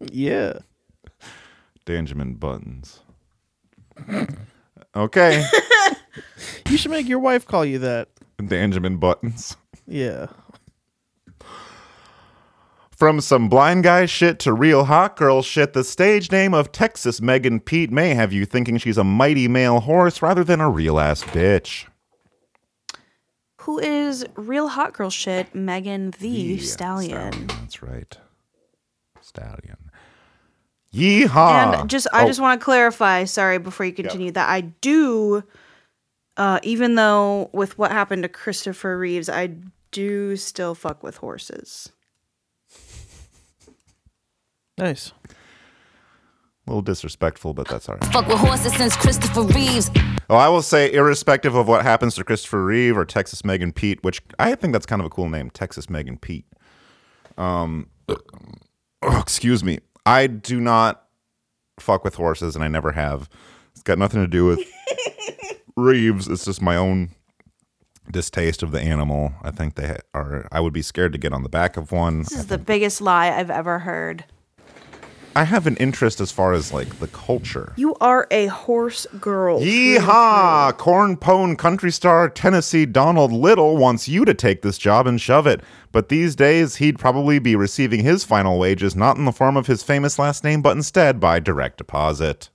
Speaker 3: yeah.
Speaker 4: Danjamin Buttons. Okay.
Speaker 3: You should make your wife call you that.
Speaker 4: Benjamin Buttons.
Speaker 3: Yeah.
Speaker 4: From some blind guy shit to real hot girl shit, the stage name of Texas Megan Pete may have you thinking she's a mighty male horse rather than a real ass bitch.
Speaker 6: Who is real hot girl shit? Megan the Stallion.
Speaker 4: That's right. Stallion. Yeehaw.
Speaker 6: And just, I
Speaker 4: Oh,
Speaker 6: just want to clarify. Sorry, before you continue, that I do, uh, even though with what happened to Christopher Reeves, I do still fuck with horses.
Speaker 3: Nice.
Speaker 4: A little disrespectful, but that's all right.
Speaker 7: Fuck with horses since Christopher Reeves.
Speaker 4: Well, I will say, irrespective of what happens to Christopher Reeve or Texas Megan Pete, which I think that's kind of a cool name, Texas Megan Pete. Um, oh, excuse me. I do not fuck with horses, and I never have. It's got nothing to do with Reeves. It's just my own distaste of the animal. I think they ha- are. I would be scared to get on the back of one.
Speaker 6: This is the biggest lie I've ever heard.
Speaker 4: I have an interest as far as like the culture.
Speaker 6: You are a horse girl.
Speaker 4: Yeehaw! Corn Pone country star Tennessee Donald Little wants you to take this job and shove it. But these days, he'd probably be receiving his final wages not in the form of his famous last name, but instead by direct deposit.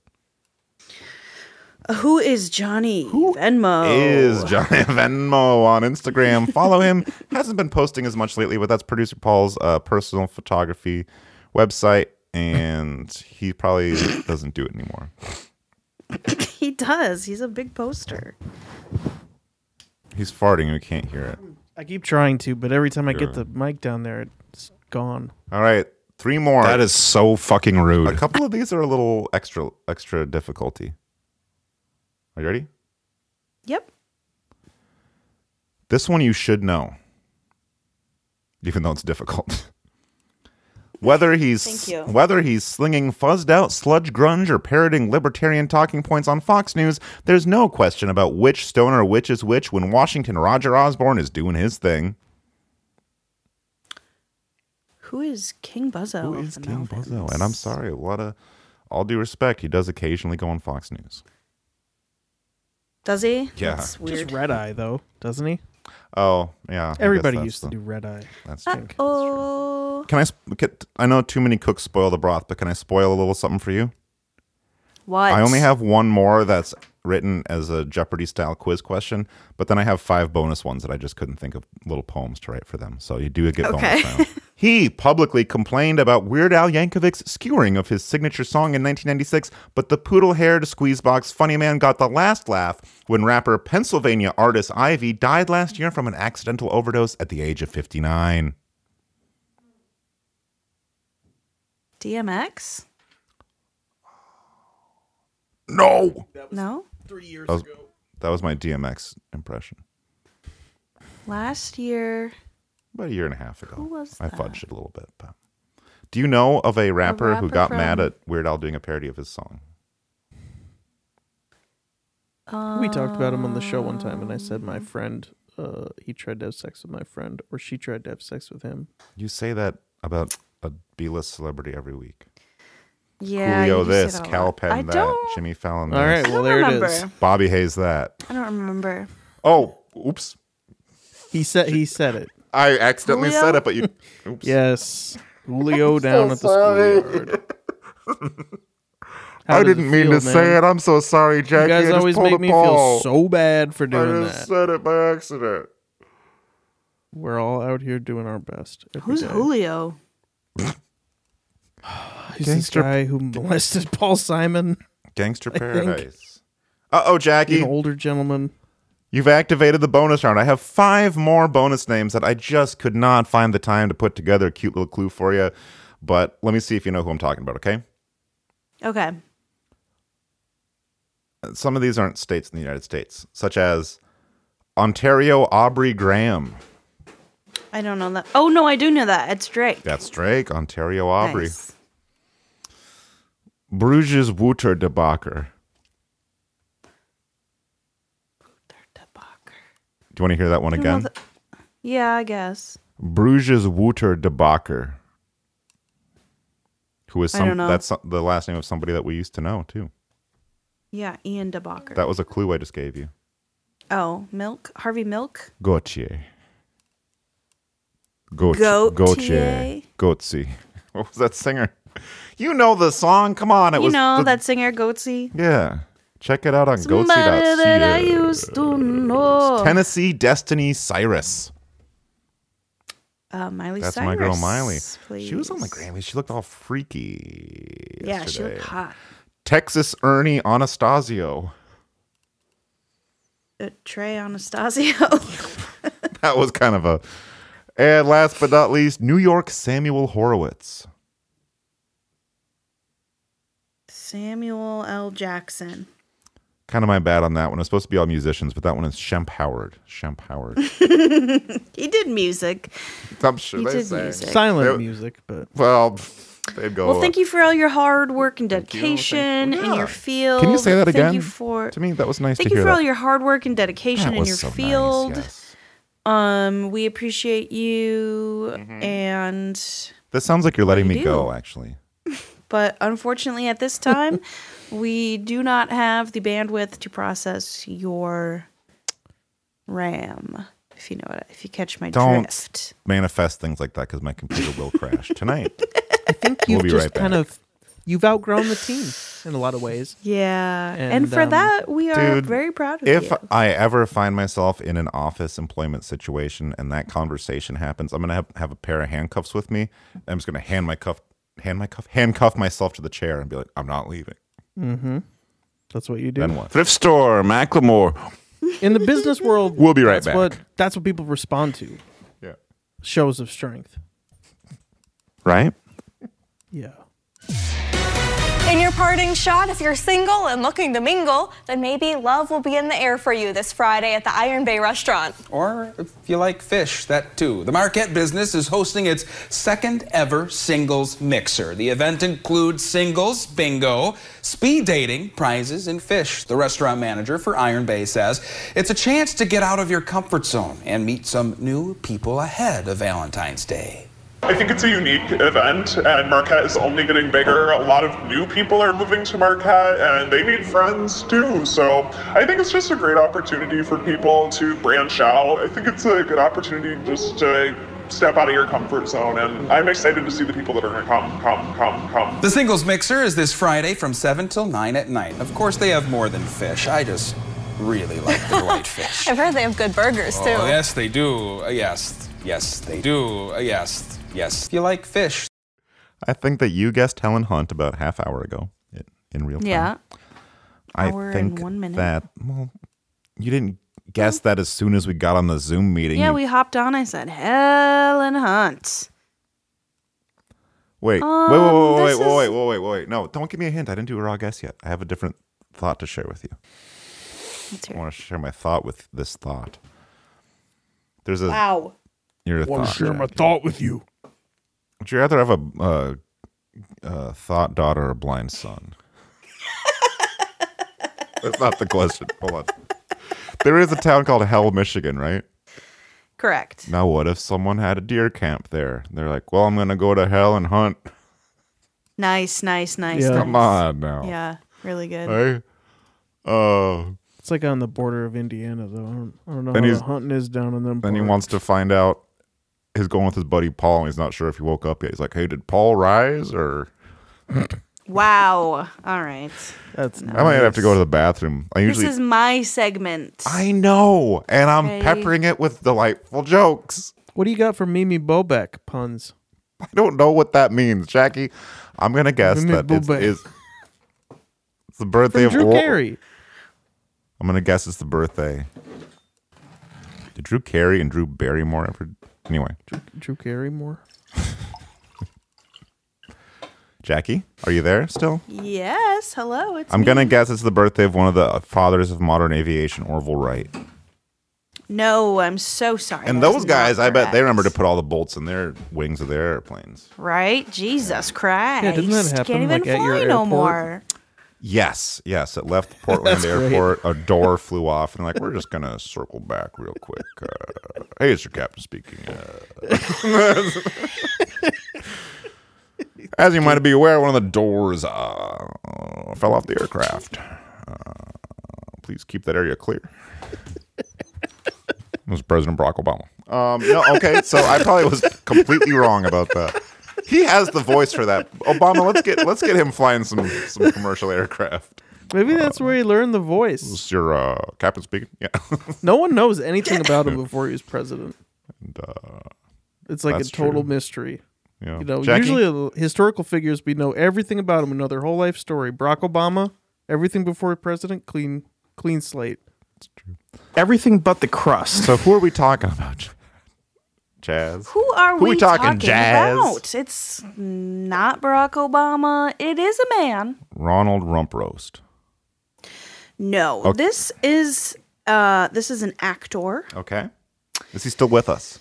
Speaker 6: Who is Johnny Venmo?
Speaker 4: Is Johnny Venmo on Instagram? Follow him. Hasn't been posting as much lately, but that's producer Paul's uh, personal photography website, and he probably doesn't do it anymore.
Speaker 6: he does. He's a big poster.
Speaker 4: He's farting. We can't hear it.
Speaker 3: I keep trying to, but every time I
Speaker 4: Yeah.
Speaker 3: get the mic down there, it's gone.
Speaker 4: All right, three more.
Speaker 10: That is so fucking
Speaker 4: a
Speaker 10: rude.
Speaker 4: couple of these are a little extra extra difficulty. Are you ready?
Speaker 6: Yep.
Speaker 4: This one you should know, even though it's difficult. Whether he's
Speaker 6: Thank you.
Speaker 4: whether he's slinging fuzzed out sludge grunge or parroting libertarian talking points on Fox News, there's no question about which stoner which is which when Washington Roger Osborne is doing his thing.
Speaker 6: Who is King Buzzo?
Speaker 4: Who
Speaker 6: of
Speaker 4: is
Speaker 6: the
Speaker 4: King
Speaker 6: Melvins?
Speaker 4: Buzzo? And I'm sorry, a lot of all due respect, he does occasionally go on Fox News.
Speaker 6: Does he?
Speaker 4: Yeah.
Speaker 6: That's
Speaker 3: Just
Speaker 6: weird.
Speaker 3: red eye though, doesn't he?
Speaker 4: Oh yeah, I guess
Speaker 3: Everybody
Speaker 4: that's
Speaker 3: used to
Speaker 4: the-
Speaker 3: do Ah. red eye.
Speaker 4: That's
Speaker 6: Uh
Speaker 4: true.
Speaker 6: oh.
Speaker 4: Can I? sp- Get, I know too many cooks spoil the broth, but can I spoil a little something for you?
Speaker 6: What?
Speaker 4: I only have one more that's written as a Jeopardy style quiz question, but then I have five bonus ones that I just couldn't think of little poems to write for them. So you do get
Speaker 6: Okay.
Speaker 4: bonus round. He publicly complained about Weird Al Yankovic's skewering of his signature song in 1996, but the poodle-haired squeezebox funny man got the last laugh when rapper Pennsylvania artist Ivy died last year from an accidental overdose at the age of 59.
Speaker 6: DMX?
Speaker 4: No,
Speaker 6: No.
Speaker 4: that was, that was my DMX impression.
Speaker 6: Last year,
Speaker 4: about a year and a half ago.
Speaker 6: Who was
Speaker 4: I
Speaker 6: that?
Speaker 4: fudged it a little bit. But do you know of a rapper,
Speaker 6: rapper
Speaker 4: who got mad
Speaker 6: from-
Speaker 4: at Weird Al doing a parody of his song?
Speaker 3: we talked about him on the show one time, and I said my
Speaker 4: Um,
Speaker 3: friend, uh, he tried to have sex with my friend, or she tried to have sex with him.
Speaker 4: You say that about a B-list celebrity every week.
Speaker 6: yeah. you
Speaker 4: Julio
Speaker 6: do say
Speaker 4: this,
Speaker 6: that a
Speaker 4: Cal
Speaker 6: lot. I
Speaker 4: Penn that,
Speaker 6: don't-
Speaker 4: Jimmy Fallon
Speaker 3: All right,
Speaker 4: this,
Speaker 6: I
Speaker 3: well
Speaker 6: don't
Speaker 3: there
Speaker 6: remember.
Speaker 3: it is.
Speaker 4: Bobby Hayes that.
Speaker 6: I don't remember.
Speaker 4: Oh, oops.
Speaker 3: He said he said it.
Speaker 4: I accidentally
Speaker 6: Julio?
Speaker 4: said it, but you oops.
Speaker 3: Yes, Julio down at the schoolyard. How
Speaker 4: I
Speaker 3: does it
Speaker 4: didn't mean
Speaker 3: feel,
Speaker 4: to
Speaker 3: man?
Speaker 4: say it. I'm so sorry,
Speaker 3: You
Speaker 4: Jackie. I
Speaker 3: guys
Speaker 4: just
Speaker 3: always
Speaker 4: pulled
Speaker 3: make
Speaker 4: a
Speaker 3: me
Speaker 4: ball.
Speaker 3: feel so bad for doing
Speaker 4: I just
Speaker 3: that.
Speaker 4: said it by accident.
Speaker 3: We're all out here doing our best. every
Speaker 6: Who's
Speaker 3: day.
Speaker 6: Julio?
Speaker 3: He's this
Speaker 4: Gangster-
Speaker 3: guy who molested Paul Simon,
Speaker 4: Gangster
Speaker 3: I think-
Speaker 4: Paradise. Uh-oh, Jackie.
Speaker 3: an older gentleman.
Speaker 4: You've activated the bonus round. I have five more bonus names that I just could not find the time to put together a cute little clue for you. But let me see if you know who I'm talking about, okay?
Speaker 6: Okay.
Speaker 4: Uh, Some of these aren't states in the United States, such as Ontario Aubrey Graham.
Speaker 6: I don't know that. Oh no, I do know that. It's Drake.
Speaker 4: That's Drake, Ontario Aubrey.
Speaker 6: Nice.
Speaker 4: Bruges Wouter de Bakker.
Speaker 6: Debacker.
Speaker 4: Do you want to hear that one
Speaker 6: I don't know
Speaker 4: again?
Speaker 6: that- Yeah, I guess.
Speaker 4: Bruges Wouter de Bakker. Who is
Speaker 6: I
Speaker 4: some
Speaker 6: don't know.
Speaker 4: that's some- the last name of somebody that we used to know too.
Speaker 6: Yeah, Ian Debacker.
Speaker 4: That was a clue I just gave you.
Speaker 6: oh, Milk. Harvey Milk.
Speaker 4: Gautier. Gaut-
Speaker 6: Gautier.
Speaker 4: Gautier. Gautzi. What was that singer? You know the song. Come on. It
Speaker 6: you
Speaker 4: was
Speaker 6: know
Speaker 4: the-
Speaker 6: that singer Goatsy.
Speaker 4: Yeah. Check it out on
Speaker 6: Somebody that I
Speaker 4: Gautzi.ca.
Speaker 6: used to know.
Speaker 4: Tennessee Destiny Cyrus.
Speaker 6: Uh, Miley
Speaker 4: That's
Speaker 6: Cyrus.
Speaker 4: my girl Miley.
Speaker 6: Please.
Speaker 4: She was on the Grammys. She looked all freaky.
Speaker 6: Yeah, she
Speaker 4: yesterday.
Speaker 6: looked hot.
Speaker 4: Texas Ernie Anastasio.
Speaker 6: Uh, Trey Anastasio.
Speaker 4: That was kind of a. And last but not least, New York Samuel Horowitz.
Speaker 6: Samuel L. Jackson.
Speaker 4: Kind of my bad on that one. It's supposed to be all musicians, but that one is Shemp Howard. Shemp Howard.
Speaker 6: He did music.
Speaker 4: I'm sure
Speaker 6: He
Speaker 4: they
Speaker 6: did
Speaker 4: say.
Speaker 6: music.
Speaker 3: Silent
Speaker 4: There-
Speaker 3: music, but
Speaker 4: Well, they'd go.
Speaker 6: Well, thank you for all your hard work and
Speaker 4: Thank you, thank you.
Speaker 6: dedication in
Speaker 4: Yeah.
Speaker 6: your field.
Speaker 4: Can you say that again?
Speaker 6: Thank you for
Speaker 4: To me, that was nice
Speaker 6: thank
Speaker 4: to
Speaker 6: you
Speaker 4: hear
Speaker 6: for all
Speaker 4: that.
Speaker 6: your hard work and
Speaker 4: That
Speaker 6: dedication in
Speaker 4: was
Speaker 6: your
Speaker 4: so nice,
Speaker 6: field.
Speaker 4: yes.
Speaker 6: Um, we appreciate you,
Speaker 4: Mm-hmm.
Speaker 6: and
Speaker 4: That sounds like you're letting me
Speaker 6: do.
Speaker 4: go. Actually,
Speaker 6: but unfortunately, at this time, we do not have the bandwidth to process your RAM. If you know what, if you catch my
Speaker 4: Don't.
Speaker 6: drift.
Speaker 4: manifest things like that because my computer will crash tonight.
Speaker 3: I think
Speaker 4: We'll
Speaker 3: you've
Speaker 4: be
Speaker 3: just
Speaker 4: right
Speaker 3: kind
Speaker 4: back.
Speaker 3: of you've outgrown the team in a lot of ways.
Speaker 6: Yeah, and,
Speaker 3: And,
Speaker 6: for
Speaker 3: um,
Speaker 6: that, we are
Speaker 4: dude,
Speaker 6: very proud of
Speaker 4: If
Speaker 6: you.
Speaker 4: I ever find myself in an office employment situation and that conversation happens, I'm gonna have, have a pair of handcuffs with me. and I'm just gonna hand my cuff, hand my cuff, handcuff myself to the chair and be like, I'm not leaving.
Speaker 3: That's what you do.
Speaker 4: Then what? Thrift store, Macklemore.
Speaker 3: In the business world,
Speaker 4: We'll be right
Speaker 3: that's
Speaker 4: back.
Speaker 3: What, that's what people respond to.
Speaker 4: Yeah.
Speaker 3: Shows of strength.
Speaker 4: Right?
Speaker 3: Yeah.
Speaker 10: In your parting shot, if you're single and looking to mingle, then maybe love will be in the air for you this Friday at the Iron Bay Restaurant.
Speaker 11: Or if you like fish, that too. The Marquette business is hosting its second ever singles mixer. The event includes singles, bingo, speed dating, prizes, and fish. The restaurant manager for Iron Bay says it's a chance to get out of your comfort zone and meet some new people ahead of Valentine's Day.
Speaker 12: I think it's a unique event, and Marquette is only getting bigger. A lot of new people are moving to Marquette, and they need friends too. So I think it's just a great opportunity for people to branch out. I think it's a good opportunity just to step out of your comfort zone, and I'm excited to see the people that are going to come, come, come, come.
Speaker 11: The singles mixer is this Friday from 7 till 9 at night. Of course, they have more than fish. I just really like the white fish.
Speaker 10: I've heard they have good burgers too.
Speaker 11: Oh, yes, they do. Uh, yes, yes, they do. Uh, yes, yes. If you like fish,
Speaker 4: I think that you guessed Helen Hunt about half hour ago in, in real time.
Speaker 6: Yeah.
Speaker 4: I
Speaker 6: Hour and
Speaker 4: think
Speaker 6: one minute.
Speaker 4: that well, you didn't guess that as soon as we got on the Zoom meeting.
Speaker 6: Yeah,
Speaker 4: You-
Speaker 6: we hopped on. I said, Helen Hunt.
Speaker 4: wait,
Speaker 6: Um,
Speaker 4: wait, wait, wait, wait,
Speaker 6: this
Speaker 4: wait, wait,
Speaker 6: is-
Speaker 4: wait, wait, wait. No, don't give me a hint. I didn't do a raw guess yet. I have a different thought to share with you.
Speaker 6: Let's
Speaker 4: I want to share my thought with this thought. There's a
Speaker 5: Wow.
Speaker 4: Your
Speaker 5: Want
Speaker 4: thought.
Speaker 5: to share my
Speaker 4: Jack.
Speaker 5: thought with you?
Speaker 4: Would you rather have a uh, uh, thought daughter or a blind son? That's not the question. Hold on. There is a town called Hell, Michigan, right?
Speaker 6: Correct.
Speaker 4: Now, what if someone had a deer camp there? They're like, well, I'm going to go to hell and hunt.
Speaker 6: Nice, nice, nice.
Speaker 4: Yeah. Come
Speaker 6: nice.
Speaker 4: on now.
Speaker 6: Yeah, really good.
Speaker 4: Hey. Uh,
Speaker 3: It's like on the border of Indiana, though. I don't, I don't know
Speaker 4: Then
Speaker 3: how
Speaker 4: he's-
Speaker 3: the hunting is down in them.
Speaker 4: then he
Speaker 3: parts.
Speaker 4: wants to find out. He's going with his buddy Paul, and he's not sure if he woke up yet. He's like, hey, did Paul rise? Or
Speaker 6: Wow. All right.
Speaker 3: That's
Speaker 4: I might have to go to the bathroom. I usually.
Speaker 6: This is my segment.
Speaker 4: I know. And I'm
Speaker 6: Okay.
Speaker 4: peppering it with delightful jokes.
Speaker 3: What do you got for Mimi Bobek puns?
Speaker 4: I don't know what that means, Jackie. I'm gonna guess
Speaker 3: Mimi
Speaker 4: that it's,
Speaker 3: Bobek.
Speaker 4: is- it's the
Speaker 3: From
Speaker 4: birthday of
Speaker 3: Drew
Speaker 4: Or-
Speaker 3: Carey.
Speaker 4: I'm gonna guess it's the birthday. Did Drew Carey and Drew Barrymore ever? Anyway,
Speaker 3: Drew Carey more.
Speaker 4: Jackie, are you there still?
Speaker 6: Yes. Hello. It's
Speaker 4: I'm
Speaker 6: me.
Speaker 4: gonna guess it's the birthday of one of the fathers of modern aviation, Orville Wright.
Speaker 6: No, I'm so sorry.
Speaker 4: And
Speaker 6: That
Speaker 4: those
Speaker 6: is not
Speaker 4: guys, I bet they
Speaker 6: correct.
Speaker 4: remember to put all the bolts in their wings of their airplanes.
Speaker 6: Right? Jesus Christ.
Speaker 3: Yeah, doesn't that happen,
Speaker 6: Can't even
Speaker 3: like, at your
Speaker 6: fly no
Speaker 3: airport?
Speaker 6: more.
Speaker 4: Yes, yes. It left Portland
Speaker 3: That's
Speaker 4: Airport. A door flew off, and like we're just gonna circle back real quick. Uh, hey, it's your captain speaking. Uh, as you might be aware, one of the doors uh, fell off the aircraft. Uh, please keep that area clear. It was President Barack Obama. Um, no, okay, so I probably was completely wrong about that. He has the voice for that. Obama, let's get let's get him flying some some commercial aircraft.
Speaker 3: Maybe that's where he learned the voice.
Speaker 4: Is your uh, captain speaking? Yeah.
Speaker 3: No one knows anything about him before he was president.
Speaker 4: and, uh,
Speaker 3: It's like a
Speaker 4: That's
Speaker 3: total
Speaker 4: true.
Speaker 3: mystery.
Speaker 4: yeah.
Speaker 3: You know,
Speaker 4: Jackie?
Speaker 3: usually uh, historical figures we know everything about them, we know their whole life story. Barack Obama, everything before president, clean, clean slate.
Speaker 4: everything but the crust. So who are we talking about? Jazz.
Speaker 6: Who are
Speaker 4: Who
Speaker 6: we,
Speaker 4: we talking, Jazz?
Speaker 6: about? It's not Barack Obama. It is a man.
Speaker 4: Ronald Rump Roast.
Speaker 6: No.
Speaker 4: Okay.
Speaker 6: This is uh this is an actor.
Speaker 4: Okay. Is he still with us?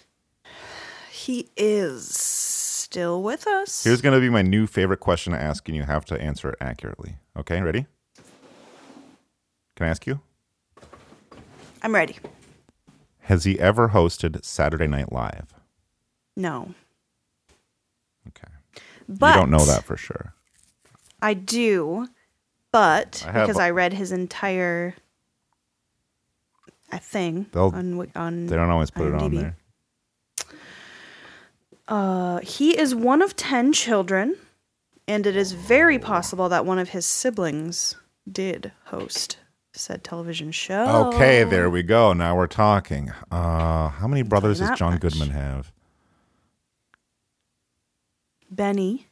Speaker 6: He is still with us.
Speaker 4: Here's going to be my new favorite question to ask, and you have to answer it accurately. Okay, ready? Can I ask you?
Speaker 6: I'm ready.
Speaker 4: Has he ever hosted Saturday Night Live?
Speaker 6: No.
Speaker 4: Okay.
Speaker 6: But
Speaker 4: you don't know that for sure.
Speaker 6: I do, but
Speaker 4: I have-
Speaker 6: because I read his entire uh, thing
Speaker 4: They'll-
Speaker 6: on Wik- on
Speaker 4: They don't always put it on
Speaker 6: IMDb.
Speaker 4: there.
Speaker 6: Uh, he is one of 10 children, and it is very possible that one of his siblings did host said television show.
Speaker 4: Okay, there we go. Now we're talking. Uh, how many brothers
Speaker 6: Not
Speaker 4: does John
Speaker 6: much.
Speaker 4: Goodman have?
Speaker 6: Benny,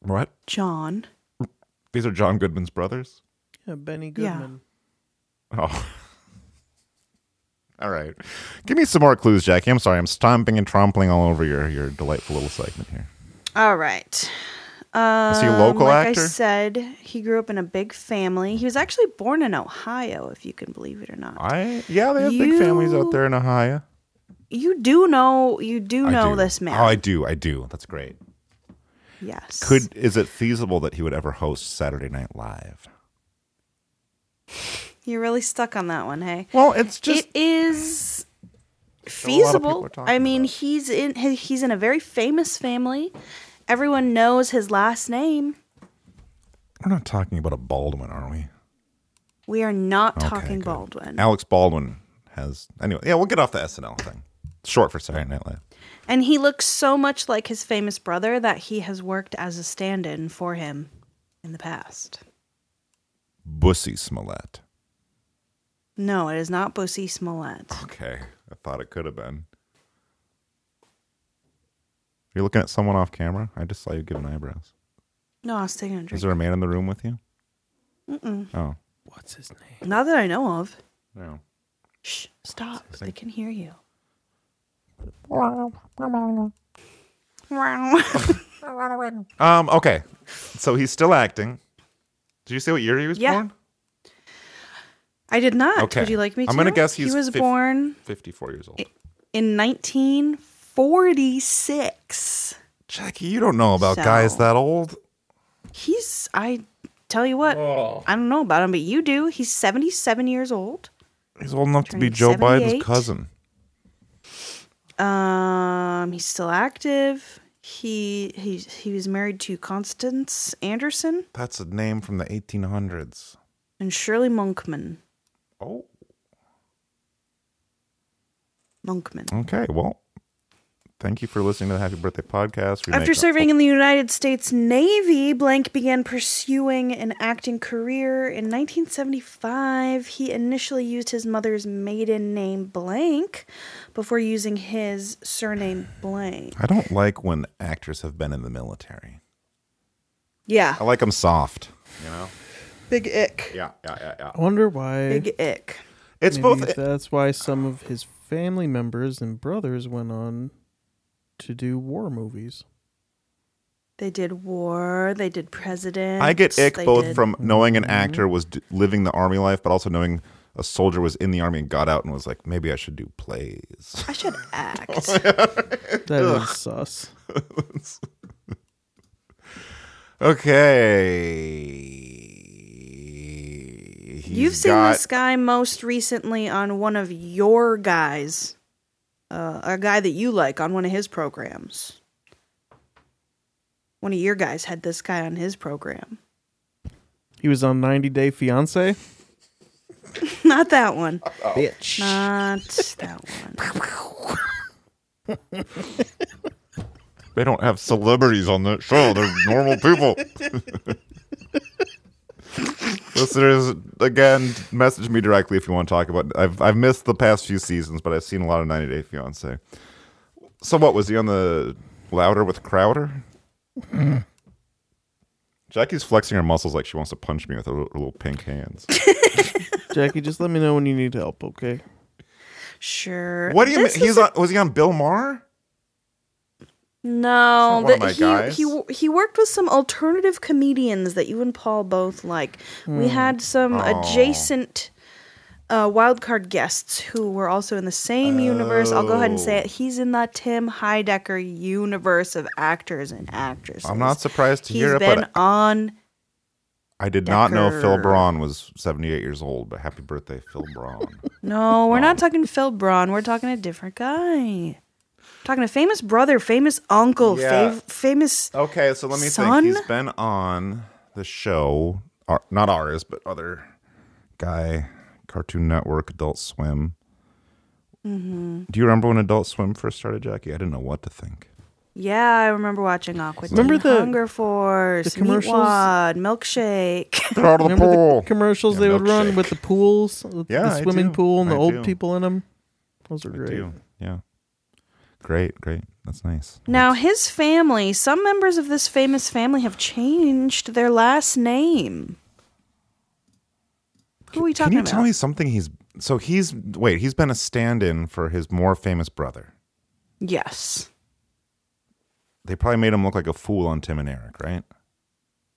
Speaker 4: What?
Speaker 6: John,
Speaker 4: These are John Goodman's brothers.
Speaker 3: Yeah, Benny
Speaker 6: Yeah.
Speaker 3: Goodman.
Speaker 4: Oh. all right. Give me some more clues, Jackie. I'm sorry. I'm stomping and trampling all over your, your delightful little segment here.
Speaker 6: All right. Um,
Speaker 4: Is he a local
Speaker 6: like
Speaker 4: actor?
Speaker 6: I said, he grew up in a big family. He was actually born in Ohio, if you can believe it or not.
Speaker 4: I yeah, they have big families out there in Ohio.
Speaker 6: You do know, you do
Speaker 4: I
Speaker 6: know
Speaker 4: do.
Speaker 6: this man.
Speaker 4: Oh, I do. I do. That's great.
Speaker 6: yes.
Speaker 4: Could is it feasible that he would ever host Saturday Night Live?
Speaker 6: You're really stuck on that one, hey?
Speaker 4: Well, it's just-
Speaker 6: it is
Speaker 4: a lot of people
Speaker 6: feasible.
Speaker 4: are talking
Speaker 6: I mean, he's in he- he's in a very famous family. Everyone knows his last name.
Speaker 4: We're not talking about a Baldwin, are we?
Speaker 6: We are not
Speaker 4: Okay,
Speaker 6: talking
Speaker 4: good.
Speaker 6: Baldwin.
Speaker 4: Alex Baldwin has anyway. Yeah, we'll get off the SNL thing. It's short for Saturday Night Live.
Speaker 6: And he looks so much like his famous brother that he has worked as a stand in for him in the past.
Speaker 4: Bussy Smollett.
Speaker 6: No, it is not Bosie Smollett.
Speaker 4: Okay, I thought it could have been. You're looking at someone off camera. I just saw you giving eyebrows.
Speaker 6: No, I was taking a
Speaker 4: Is
Speaker 6: drink.
Speaker 4: there a man in the room with you?
Speaker 6: Mm-mm.
Speaker 4: Oh,
Speaker 3: What's his name?
Speaker 6: Not that I know of.
Speaker 4: No.
Speaker 6: Shh, stop. They can hear you.
Speaker 4: Um. Okay. So he's still acting. Did you say what year he was
Speaker 6: Yeah.
Speaker 4: born?
Speaker 6: I did not.
Speaker 4: Okay.
Speaker 6: Would you like me to?
Speaker 4: I'm gonna guess he's
Speaker 6: he was
Speaker 4: fif-
Speaker 6: born
Speaker 4: 54 years old.
Speaker 6: in 1946.
Speaker 4: Jackie, you don't know about
Speaker 6: So-
Speaker 4: guys that old.
Speaker 6: He's I tell you what, I don't know about him, but you do. He's 77 years old.
Speaker 4: He's old enough to be
Speaker 6: Turning
Speaker 4: Joe
Speaker 6: 78.
Speaker 4: Biden's cousin.
Speaker 6: Um, he's still active. He he he was married to Constance Anderson
Speaker 4: That's a name from the 1800s.
Speaker 6: and Shirley Monkman.
Speaker 4: Oh.
Speaker 6: Monkman.
Speaker 4: Okay. Well, thank you for listening to the Happy Birthday podcast. We
Speaker 6: After
Speaker 4: make-
Speaker 6: serving in the United States Navy, Blank began pursuing an acting career. In 1975, he initially used his mother's maiden name Blank before using his surname Blank.
Speaker 4: I don't like when actors have been in the military.
Speaker 6: Yeah,
Speaker 4: I like them soft. You know.
Speaker 6: big ick.
Speaker 4: Yeah. Yeah. Yeah. Yeah.
Speaker 3: I wonder why.
Speaker 6: Big ick.
Speaker 4: It's
Speaker 3: Maybe
Speaker 4: both-
Speaker 3: That's why some of his family members and brothers went on to do war movies.
Speaker 6: They did war. They did president.
Speaker 4: I get ick
Speaker 6: they
Speaker 4: both
Speaker 6: did- Mm-hmm.
Speaker 4: from knowing an actor was d- living the army life, but also knowing a soldier was in the army and got out and was like, maybe I should do plays.
Speaker 6: I should act.
Speaker 3: That is
Speaker 4: Ugh.
Speaker 3: sus.
Speaker 4: Okay.
Speaker 6: You've
Speaker 4: He's
Speaker 6: seen
Speaker 4: got-
Speaker 6: this guy most recently on one of your guys, uh, a guy that you like on one of his programs. One of your guys had this guy on his program.
Speaker 3: He was on 90 Day Fiance.
Speaker 6: Not that one.
Speaker 4: Oh.
Speaker 3: Bitch.
Speaker 6: Not that one.
Speaker 4: They don't have celebrities on that show. They're normal people. Listeners, again, message me directly if you want to talk about. I've I've missed the past few seasons, but I've seen a lot of 90 Day Fiance. So what was he on the Louder with Crowder? Jackie's flexing her muscles like she wants to punch me with her little- her little pink hands.
Speaker 3: Jackie, just let me know when you need help, okay?
Speaker 6: Sure.
Speaker 4: What do you mean?
Speaker 6: This is
Speaker 4: He's on. Was he on Bill Maher? It's not
Speaker 6: No,
Speaker 4: one of
Speaker 6: that
Speaker 4: my
Speaker 6: he,
Speaker 4: guys.
Speaker 6: he he worked with some alternative comedians that you and Paul both like. We
Speaker 4: Hmm.
Speaker 6: had some
Speaker 4: Oh.
Speaker 6: adjacent uh, wildcard guests who were also in the same universe. I'll go ahead and say
Speaker 4: Oh.
Speaker 6: it. He's in the Tim Heidecker universe of actors and actresses.
Speaker 4: I'm not surprised to
Speaker 6: He's
Speaker 4: hear it,
Speaker 6: been
Speaker 4: but
Speaker 6: on.
Speaker 4: I did not know Phil
Speaker 6: Decker.
Speaker 4: Braun was 78 years old. But happy birthday, Phil Braun.
Speaker 6: No, we're
Speaker 4: Oh.
Speaker 6: not talking Phil Braun. We're talking a different guy. Talking a famous brother, famous uncle,
Speaker 4: Yeah.
Speaker 6: fav- famous.
Speaker 4: Okay, so let me
Speaker 6: son?
Speaker 4: think. He's been on the show, or, not ours, but other guy, Cartoon Network, Adult Swim.
Speaker 3: Mm-hmm.
Speaker 6: Mhm.
Speaker 4: Do you remember when Adult Swim first started, Jackie? I didn't know what to think.
Speaker 6: Yeah, I remember watching Aqua
Speaker 3: Remember
Speaker 6: Teen
Speaker 3: the-
Speaker 6: Hunger Force,
Speaker 3: the commercials?
Speaker 6: Meatwad, Milkshake.
Speaker 3: Remember the commercials they would run with the pools, with
Speaker 4: Yeah,
Speaker 3: the
Speaker 4: I
Speaker 3: swimming
Speaker 4: do.
Speaker 3: pool and the
Speaker 4: I
Speaker 3: old
Speaker 4: do.
Speaker 3: people in them. Those are
Speaker 4: I
Speaker 3: great.
Speaker 4: do, Yeah. Great, great. That's nice.
Speaker 6: Now, his family, some members of this famous family have changed their last name. Who are we
Speaker 4: Can
Speaker 6: talking
Speaker 4: you
Speaker 6: about?
Speaker 4: tell me something he's so he's wait, he's been a stand-in for his more famous brother.
Speaker 6: yes.
Speaker 4: They probably made him look like a fool on Tim and Eric, right?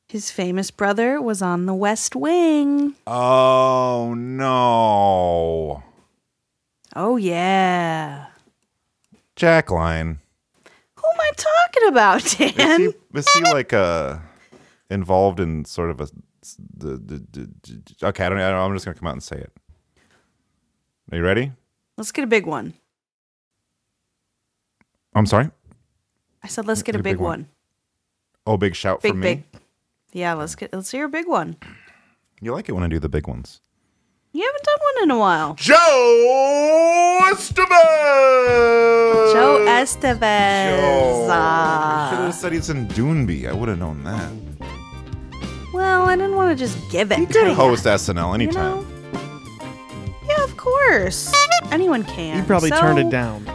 Speaker 6: His famous brother was on the West Wing.
Speaker 4: Oh no.
Speaker 6: Oh, yeah.
Speaker 4: Jackline.
Speaker 6: Who am I talking about, Dan?
Speaker 4: Is he, is he like uh involved in sort of a the, the, the, the- okay? I don't, I don't. I'm just gonna come out and say it. Are you ready?
Speaker 6: Let's get a big one.
Speaker 4: I'm sorry.
Speaker 6: I said, let's get a big, one.
Speaker 4: Oh, big shout
Speaker 6: Big,
Speaker 4: from me.
Speaker 6: big. Yeah, let's get let's hear a big one.
Speaker 4: You like it when I do the big ones.
Speaker 6: You haven't done one in a while.
Speaker 4: Joe Estevez.
Speaker 6: Joe Estevez. Ah.
Speaker 4: I should have said he's in Doonby. I would have known that.
Speaker 6: Well, I didn't want to just give it. You
Speaker 4: Could host SNL
Speaker 6: You
Speaker 4: anytime.
Speaker 6: Yeah, of course. Anyone can.
Speaker 4: He probably turned it
Speaker 3: down.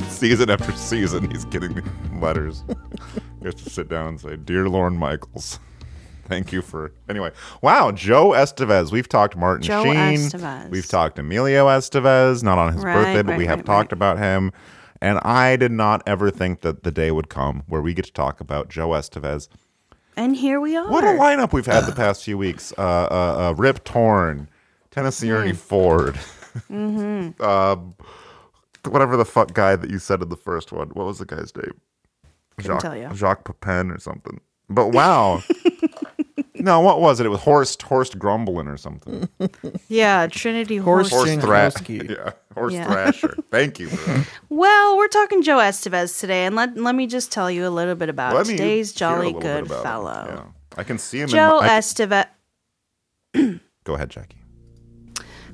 Speaker 4: Season after season, he's getting me letters. he has to sit down and say, "Dear Lauren Michaels, thank you for." Anyway, wow, Joe Estevez. We've talked Martin
Speaker 6: Joe
Speaker 4: Sheen.
Speaker 6: Estevez.
Speaker 4: We've talked Emilio Estevez, not on his
Speaker 6: Right,
Speaker 4: birthday, but
Speaker 6: right,
Speaker 4: we have
Speaker 6: right,
Speaker 4: talked about him. And I did not ever think that the day would come where we get to talk about Joe Estevez.
Speaker 6: And here we are.
Speaker 4: What a lineup we've had the past few weeks. Uh, uh, uh, Rip Torn, Tennessee Ernie Ford,
Speaker 6: Hmm. Mm-hmm.
Speaker 4: uh, whatever the fuck guy that you said in the first one. What was the guy's name?
Speaker 6: Couldn't
Speaker 4: Jacques,
Speaker 6: tell ya.
Speaker 4: Jacques Pepin or something. But wow. no, what was it? It was Horst Horst Grumbling or something.
Speaker 6: Yeah, Trinity
Speaker 4: Horse
Speaker 6: Horse.
Speaker 4: Thrasher. yeah, Horse
Speaker 6: Mm-hmm. Yeah.
Speaker 4: Thrasher. Thank you. for that.
Speaker 6: Well, we're talking Joe Estevez today, and let, let me just tell you a little bit about
Speaker 4: Let me
Speaker 6: today's
Speaker 4: hear a
Speaker 6: jolly
Speaker 4: little bit
Speaker 6: good
Speaker 4: about him.
Speaker 6: fellow.
Speaker 4: Yeah. I can see him.
Speaker 6: Joe
Speaker 4: in my, I-
Speaker 6: Estevez.
Speaker 4: Go ahead, Jackie.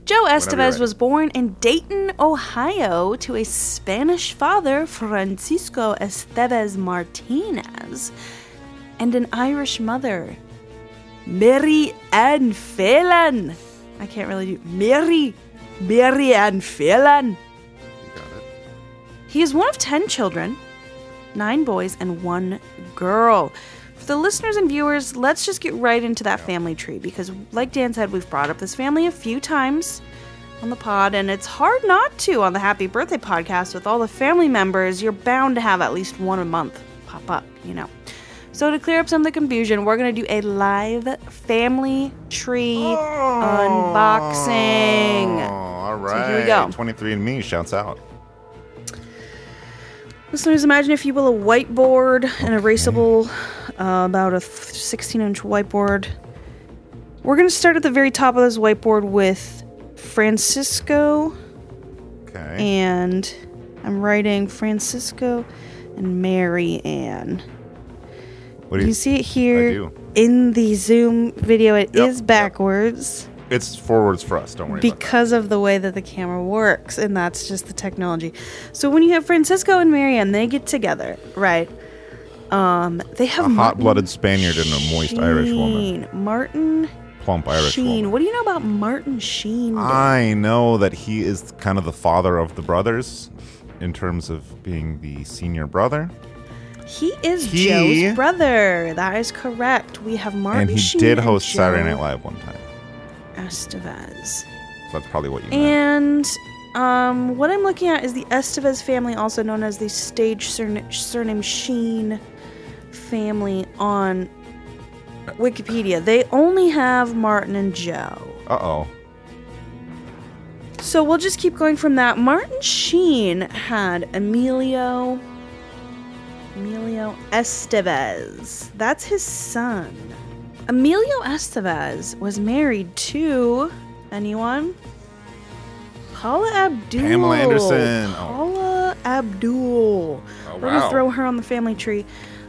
Speaker 6: Joe
Speaker 4: Whenever you're
Speaker 6: Estevez
Speaker 4: ready.
Speaker 6: was born in Dayton, Ohio, to a Spanish father, Francisco Estevez Martinez, and an Irish mother, Mary Ann Phelan. I can't really do Mary, Mary Ann Phelan. He is one of 10 children, nine boys, and one girl. For the listeners and viewers, let's just get right into that family tree because, like Dan said, we've brought up this family a few times on the pod, and it's hard not to on the Happy Birthday podcast with all the family members. You're bound to have at least one a month pop up, you know. So, to clear up some of the confusion, we're going to do a live family tree unboxing.
Speaker 4: Oh, all right.
Speaker 6: So here we go.
Speaker 4: 23 and Me shouts out.
Speaker 6: Listeners, imagine if you will a whiteboard, an erasable, uh, about a 16 inch whiteboard. We're going to start at the very top of this whiteboard with Francisco.
Speaker 4: Okay.
Speaker 6: And I'm writing Francisco and Mary Ann.
Speaker 4: What do
Speaker 6: you
Speaker 4: you-
Speaker 6: see it
Speaker 4: I
Speaker 6: here
Speaker 4: do.
Speaker 6: in the Zoom video? It is
Speaker 4: Yep, yep.
Speaker 6: backwards
Speaker 4: It's forwards for us. Don't worry. about
Speaker 6: because of the way that the camera works, and that's just the technology. So when you have Francisco and Marianne, they get together, right? Um, they have
Speaker 4: a
Speaker 6: Martin
Speaker 4: hot-blooded Spaniard and a moist Irish woman,
Speaker 6: Sheen. Martin
Speaker 4: plump Irish
Speaker 6: Sheen.
Speaker 4: woman. Uh,
Speaker 6: What do you know about Martin Sheen?
Speaker 4: I know that he is kind of the father of the brothers in terms of being the senior brother,
Speaker 6: He is
Speaker 4: He-
Speaker 6: Joe's brother. That is correct. We have Martin
Speaker 4: and he
Speaker 6: Sheen
Speaker 4: did
Speaker 6: and
Speaker 4: host
Speaker 6: Joe
Speaker 4: Saturday Night Live one time.
Speaker 6: Estevez.
Speaker 4: So that's probably what you meant.
Speaker 6: And um, what I'm looking at is the Estevez family, also known as the stage surn- surname Sheen family on Wikipedia. They only have Martin and Joe.
Speaker 4: Uh oh.
Speaker 6: So we'll just keep going from that. Martin Sheen had Emilio. Emilio Estevez. That's his son. Emilio Estevez was married to anyone? Paula Abdul.
Speaker 4: Pamela Anderson. Oh.
Speaker 6: Paula Abdul.
Speaker 4: Oh,
Speaker 6: We're gonna
Speaker 4: wow.
Speaker 6: throw her on the family tree.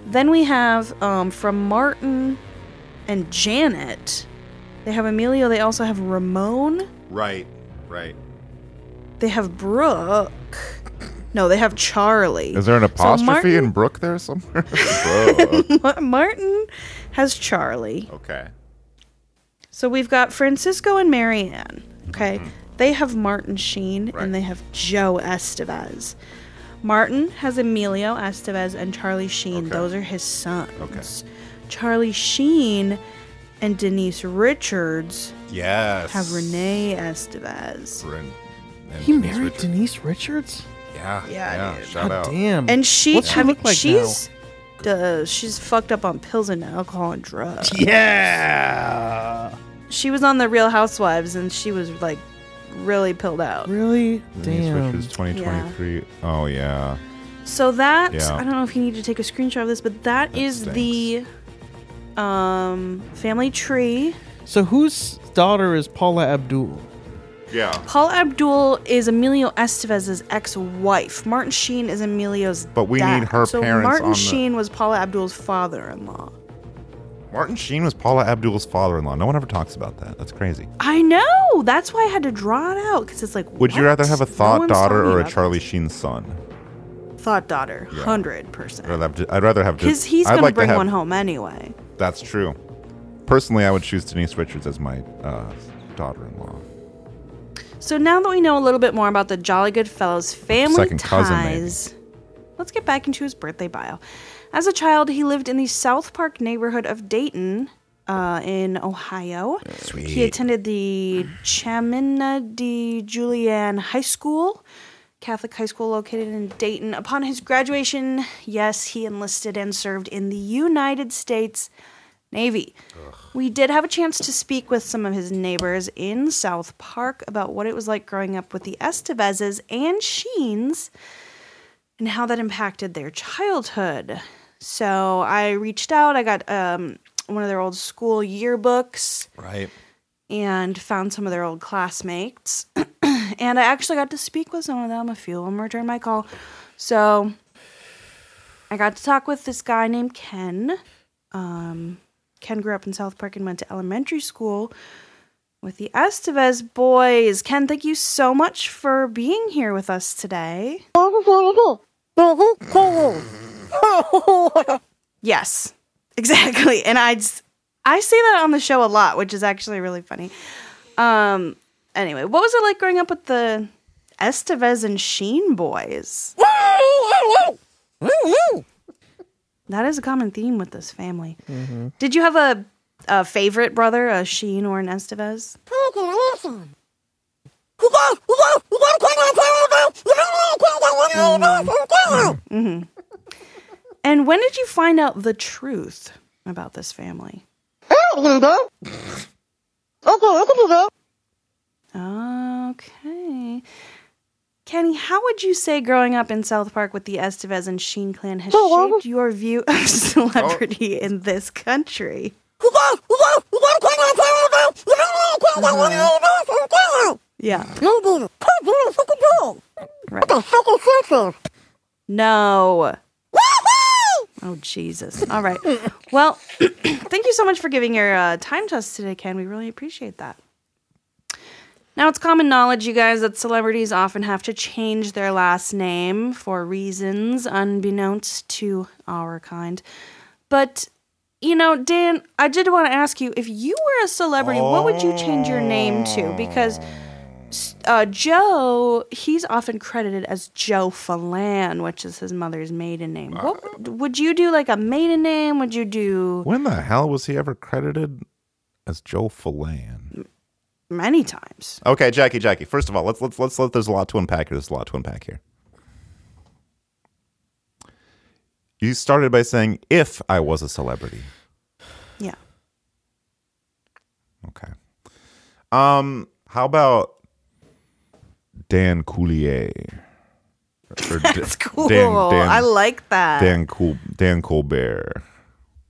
Speaker 6: Then we have um, from Martin and Janet. They have Emilio. They also have Ramon.
Speaker 4: Right. Right.
Speaker 6: They have Brooke. No, they have Charlie.
Speaker 4: Is there an
Speaker 6: So
Speaker 4: apostrophe
Speaker 6: Martin-
Speaker 4: in Brooke there somewhere? Brooke.
Speaker 6: Ma- Martin has Charlie.
Speaker 4: Okay. Mm-hmm.
Speaker 6: So we've got Francisco and Marianne. Okay. They have Martin Sheen and they have Joe Estevez. Martin has Emilio Estevez and Charlie Sheen. Those are his sons. Charlie Sheen and Denise Richards
Speaker 4: Yes.
Speaker 6: have Renee Estevez.
Speaker 4: Ren- and
Speaker 3: He
Speaker 4: Denise
Speaker 3: married
Speaker 4: Richards.
Speaker 3: Denise Richards?
Speaker 4: Yeah.
Speaker 6: Yeah, dude.
Speaker 4: Shout
Speaker 3: God
Speaker 4: out.
Speaker 3: damn.
Speaker 6: And she,
Speaker 3: What's she
Speaker 6: I mean,
Speaker 3: look like now?
Speaker 6: she's, duh, she's fucked up on pills and alcohol and drugs.
Speaker 3: Yeah.
Speaker 6: She was on the Real Housewives and she was like really pilled out.
Speaker 3: Really?
Speaker 4: Denise Richards 2023. Oh, yeah.
Speaker 6: So that
Speaker 4: Yeah.
Speaker 6: I don't know if you need to take a screenshot of this, but that is the um, family tree.
Speaker 3: So whose daughter is Paula Abdul?
Speaker 4: Yeah.
Speaker 6: Paul Abdul is Emilio Estevez's ex-wife. Martin Sheen is Emilio's.
Speaker 4: But we
Speaker 6: dad.
Speaker 4: need her
Speaker 6: so
Speaker 4: parents
Speaker 6: Martin
Speaker 4: on the-
Speaker 6: Sheen was Paula Abdul's father-in-law.
Speaker 4: Martin Sheen was Paula Abdul's father in law. No one ever talks about that. That's crazy.
Speaker 6: I know. That's why I had to draw it out because it's like.
Speaker 4: Would you
Speaker 6: what?
Speaker 4: rather have a
Speaker 6: No
Speaker 4: thought
Speaker 6: one's
Speaker 4: daughter
Speaker 6: talking
Speaker 4: or a
Speaker 6: about
Speaker 4: Charlie Sheen son?
Speaker 6: it. Thought daughter,
Speaker 4: Yeah.
Speaker 6: hundred percent.
Speaker 4: I'd rather have- I'd rather have
Speaker 6: Because
Speaker 4: just.
Speaker 6: he's
Speaker 4: I'd
Speaker 6: going
Speaker 4: like
Speaker 6: to bring
Speaker 4: have,
Speaker 6: one home anyway.
Speaker 4: That's true. Personally, I would choose Denise Richards as my uh, daughter in law.
Speaker 6: So now that we know a little bit more about the Jolly Good Fellow's family
Speaker 4: Second cousin, maybe.
Speaker 6: ties, let's get back into his birthday bio. As a child, he lived in the South Park neighborhood of Dayton, uh, in Ohio.
Speaker 4: Sweet.
Speaker 6: He attended the Chamina de Julian High School, Catholic high school located in Dayton. Upon his graduation, yes, he enlisted and served in the United States Navy. We did have a chance to speak with some of his neighbors in South Park about what it was like growing up with the Estevezes and Sheens and how that impacted their childhood. So I reached out, I got um, one of their old school yearbooks
Speaker 4: Right.
Speaker 6: and found some of their old classmates. and I actually got to speak with some of them. A few of them returned my call. So I got to talk with this guy named Ken. Um, Ken grew up in South Park and went to elementary school with the Estevez boys. Ken, thank you so much for being here with us today. yes, exactly. And I, just, I say that on the show a lot, which is actually really funny. Um. Anyway, what was it like growing up with the Estevez and Sheen boys? That is a common theme with this family. Did you have a, a favorite brother, a Sheen or an Estevez? hmm And when did you find out the truth about this family? Okay. Kenny, how would you say growing up in South Park with the Estevez and Sheen clan has shaped your view of celebrity in this country? Yeah. No. Oh, Jesus. All right. Well, thank you so much for giving your uh, time to us today, Ken. We really appreciate that. Now, it's common knowledge, you guys, that celebrities often have to change their last name for reasons unbeknownst to our kind. But, you know, Dan, I did want to ask you if you were a celebrity, what would you change your name to? Because s- uh, Joe, he's often credited as Joe Falan, which is his mother's maiden name. What would you do? Like a maiden name? Would you do
Speaker 4: When the hell was he ever credited as Joe Falan?
Speaker 6: many times?
Speaker 4: Okay, Jackie, Jackie. First of all, let's let's let's let. There's a lot to unpack here. There's a lot to unpack here. You started by saying if I was a celebrity.
Speaker 6: Yeah.
Speaker 4: Okay. Um. How about Dan Coulier? Or D-
Speaker 6: That's cool. I like that.
Speaker 4: Dan Cool Dan Colbert.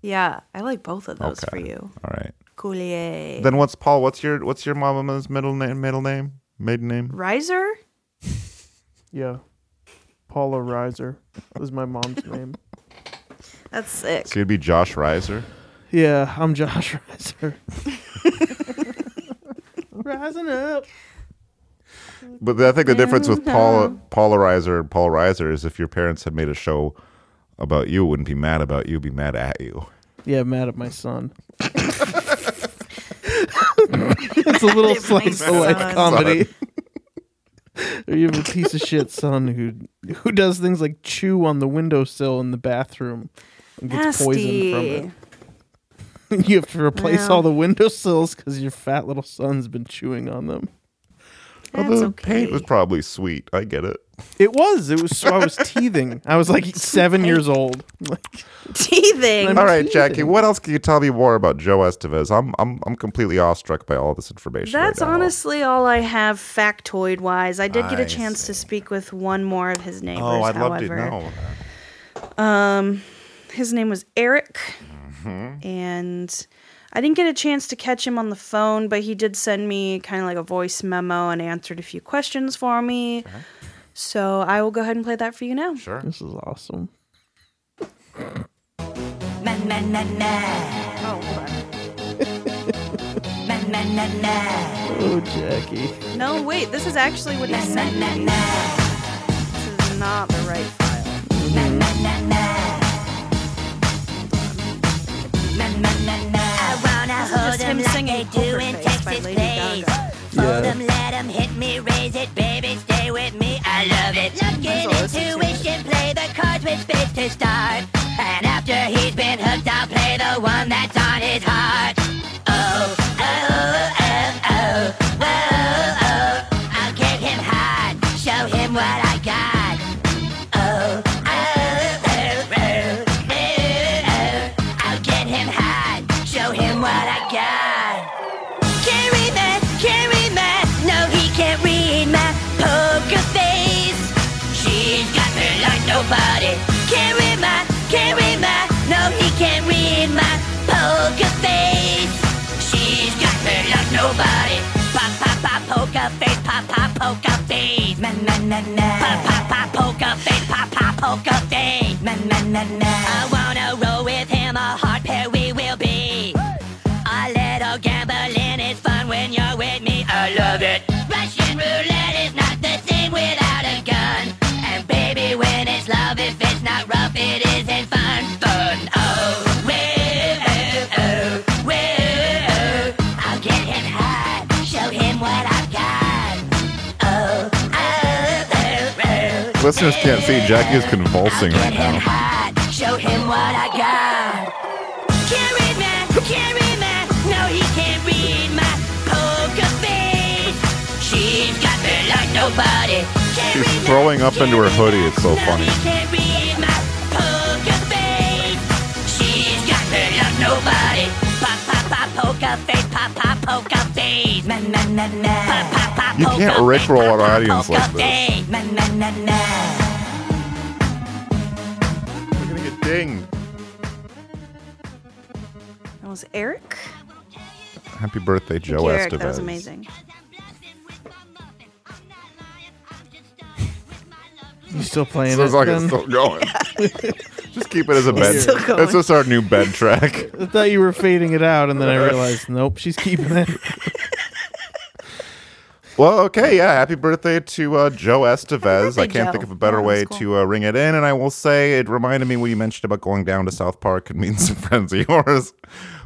Speaker 6: Yeah, I like both of those for you.
Speaker 4: All right.
Speaker 6: Coulier.
Speaker 4: Then what's Paul? What's your what's your mama's middle name? Middle name? Maiden name?
Speaker 6: Riser?
Speaker 3: Yeah. Paula Reiser was my mom's name.
Speaker 6: That's sick.
Speaker 4: So you'd be Josh Reiser.
Speaker 3: Yeah, I'm Josh Reiser. Rising up.
Speaker 4: But I think the difference
Speaker 6: Mm-hmm.
Speaker 4: with Paul Polarizer and Paul Reiser is if your parents had made a show about you, it wouldn't be mad about you, it'd be mad at you.
Speaker 3: Yeah, I'm mad at my son. it's a little slice of life comedy. Or you have a piece of shit son who who does things like chew on the windowsill in the bathroom and gets poisoned
Speaker 6: Nasty.
Speaker 3: from it. you have to replace
Speaker 6: Well.
Speaker 3: all the windowsills because your fat little son's been chewing on them.
Speaker 4: Although paint was probably sweet. I get it.
Speaker 3: It was. It was. So I was teething. I was like seven years old. Like,
Speaker 6: Teething.
Speaker 4: All right, Jackie. What else can you tell me more about Joe Estevez? I'm I'm I'm completely awestruck by all this information.
Speaker 6: That's
Speaker 4: right now.
Speaker 6: honestly all I have factoid wise. I did get
Speaker 4: I
Speaker 6: a chance to speak with one more of his neighbors.
Speaker 4: Oh, I'd love to
Speaker 6: however.
Speaker 4: know.
Speaker 6: Um, his name was Eric,
Speaker 4: Mhm.
Speaker 6: and I didn't get a chance to catch him on the phone, but he did send me kind of like a voice memo and answered a few questions for me. So I will go ahead and play that for you now.
Speaker 4: Sure.
Speaker 3: This is awesome.
Speaker 7: Ma na na na.
Speaker 3: Oh,
Speaker 7: Ma na na na.
Speaker 3: Oh, Jackie.
Speaker 6: No, wait, this is actually what he sent me. This is not the right file.
Speaker 7: I wanna
Speaker 6: This is
Speaker 7: hold
Speaker 6: just
Speaker 7: 'em
Speaker 6: him
Speaker 7: like
Speaker 6: singing
Speaker 7: they do
Speaker 6: Poker
Speaker 7: in
Speaker 6: Face by
Speaker 7: Texas,
Speaker 6: Lady
Speaker 7: please.
Speaker 6: Gaga.
Speaker 7: Fold
Speaker 6: Yeah.
Speaker 7: 'em, let 'em hit me, raise it, baby, stay with me. I love it. Give intuition, play the cards with spades to start. And after he's been hooked, I'll play the one that's on his heart. Oh, oh, oh, oh, whoa, oh. I'll get him hard, show him what I got. Oh, oh, oh, oh, oh, oh. I'll get him hard, show him what I got. Can't read my, can't read my, no, he can't read my poker face. She's got me like nobody. Can't read my, can't read my, no, he can't read my poker face. She's got me like nobody. Pop, pop, pop, poker face, pop, pop, poker face. Na, na, na, na. Pop, pop, pop, poker face, pop, pop, poker face. Na, na, na, na. I wanna roll with him, a hard pair we will be. A little gambling is fun when you're with me. I love it. Russian roulette is not the same without a gun. And baby, when it's love, if it's not rough, it isn't fun. Fun. Oh, whoa, oh, oh, whoa, oh. I'll get him high, show him what I've got. Oh, oh, oh, oh.
Speaker 4: Listeners can't see Jackie is convulsing right now.
Speaker 7: Hide, show him what I got. Can't read my, can't read my, no, he can't read my poker face. She's got me like nobody. Can't read
Speaker 4: She's throwing up into her hoodie. It's so funny.
Speaker 7: can't read my poker face. She's got me like nobody. Pop, pop, pop, poker face, pop, pop, poker face. Na, na, na, na. Pop, pop, pop,
Speaker 4: You can't
Speaker 7: poker
Speaker 4: rickroll our audience
Speaker 7: poker
Speaker 4: like this.
Speaker 7: face. Na, na, na, na.
Speaker 4: We're gonna get dinged.
Speaker 6: That was Eric.
Speaker 4: Happy birthday,
Speaker 6: Thank
Speaker 4: Joe
Speaker 6: you,
Speaker 4: Estevez.
Speaker 6: Eric. That was amazing.
Speaker 3: You still playing
Speaker 4: Sounds
Speaker 3: it?
Speaker 4: like it's
Speaker 3: then?
Speaker 4: still going. Just keep it as a
Speaker 3: It's
Speaker 4: bed.
Speaker 3: still
Speaker 6: going.
Speaker 4: That's just our new bed track.
Speaker 3: I thought you were fading it out, and then I realized, nope, she's keeping it.
Speaker 4: Well, okay, yeah. Happy birthday to uh, Joe Estevez. I can't
Speaker 6: Joe.
Speaker 4: think of a better way to uh, ring it in, and I will say it reminded me when you mentioned about going down to South Park and meeting some friends of yours.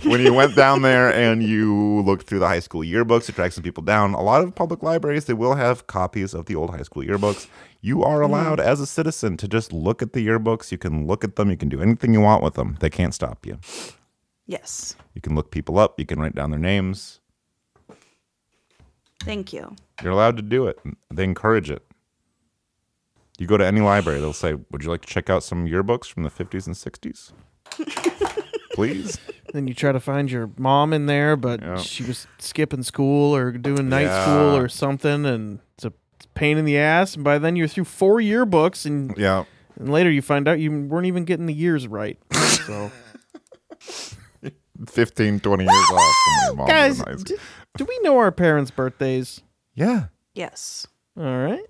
Speaker 4: When you went down there and you looked through the high school yearbooks, it tracked some people down. A lot of public libraries they will have copies of the old high school yearbooks. You are allowed as a citizen to just look at the yearbooks. You can look at them. You can do anything you want with them. They can't stop you.
Speaker 6: Yes.
Speaker 4: You can look people up. You can write down their names.
Speaker 6: Thank you.
Speaker 4: You're allowed to do it. They encourage it. You go to any library, they'll say, "Would you like to check out some yearbooks from the 50s and 60s?" Please.
Speaker 3: then you try to find your mom in there, but she was skipping school or doing night
Speaker 4: Yeah.
Speaker 3: school or something, and it's a pain in the ass. And by then you're through four yearbooks, and
Speaker 4: Yeah.
Speaker 3: and later you find out you weren't even getting the years right. So,
Speaker 4: 15, 20 years off from your mom.
Speaker 3: guys,
Speaker 4: Nice.
Speaker 3: d- do we know our parents' birthdays?
Speaker 4: Yeah.
Speaker 6: Yes.
Speaker 3: All right.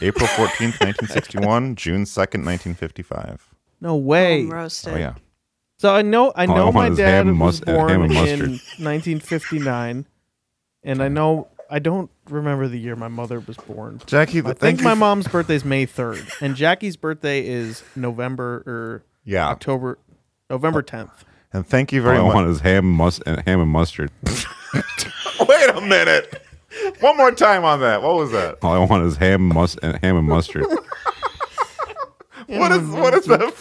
Speaker 4: April 14th, 1961, June 2nd, 1955.
Speaker 3: No way.
Speaker 6: roasted.
Speaker 4: Oh yeah.
Speaker 3: So I know I
Speaker 4: All I
Speaker 3: know my
Speaker 4: want is
Speaker 3: dad
Speaker 4: ham,
Speaker 3: was
Speaker 4: mustard- ham
Speaker 3: born in
Speaker 4: and mustard.
Speaker 3: 1959, and I know I don't remember the year my mother was born.
Speaker 4: Jackie,
Speaker 3: I
Speaker 4: thank
Speaker 3: think
Speaker 4: you
Speaker 3: my
Speaker 4: for-
Speaker 3: mom's birthday is May 3rd, and Jackie's birthday is November or
Speaker 4: Yeah.
Speaker 3: October
Speaker 4: Oh.
Speaker 3: November 10th.
Speaker 4: And thank you
Speaker 8: All
Speaker 4: very
Speaker 8: I
Speaker 4: much.
Speaker 8: want is ham, mus- and ham and mustard.
Speaker 4: Wait a minute. One more time on that. What was that?
Speaker 8: All I want is ham, mus- and ham and mustard.
Speaker 4: What is what is that?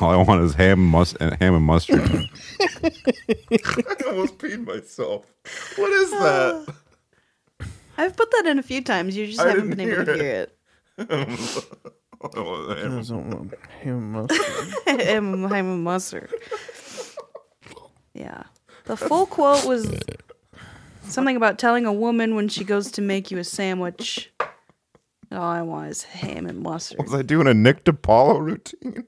Speaker 3: Oh.
Speaker 8: All I want is ham, mus- and ham and mustard.
Speaker 4: for? I almost peed myself. What is that?
Speaker 3: Uh,
Speaker 6: I've put that in a few times. You just
Speaker 4: I
Speaker 6: haven't
Speaker 4: didn't
Speaker 6: been able to
Speaker 4: hear
Speaker 6: hear it. I'm, I'm a mustard. Yeah. The full quote was something about telling a woman when she goes to make you a sandwich, all I want is ham and mustard.
Speaker 4: Was I doing a Nick DiPaolo routine?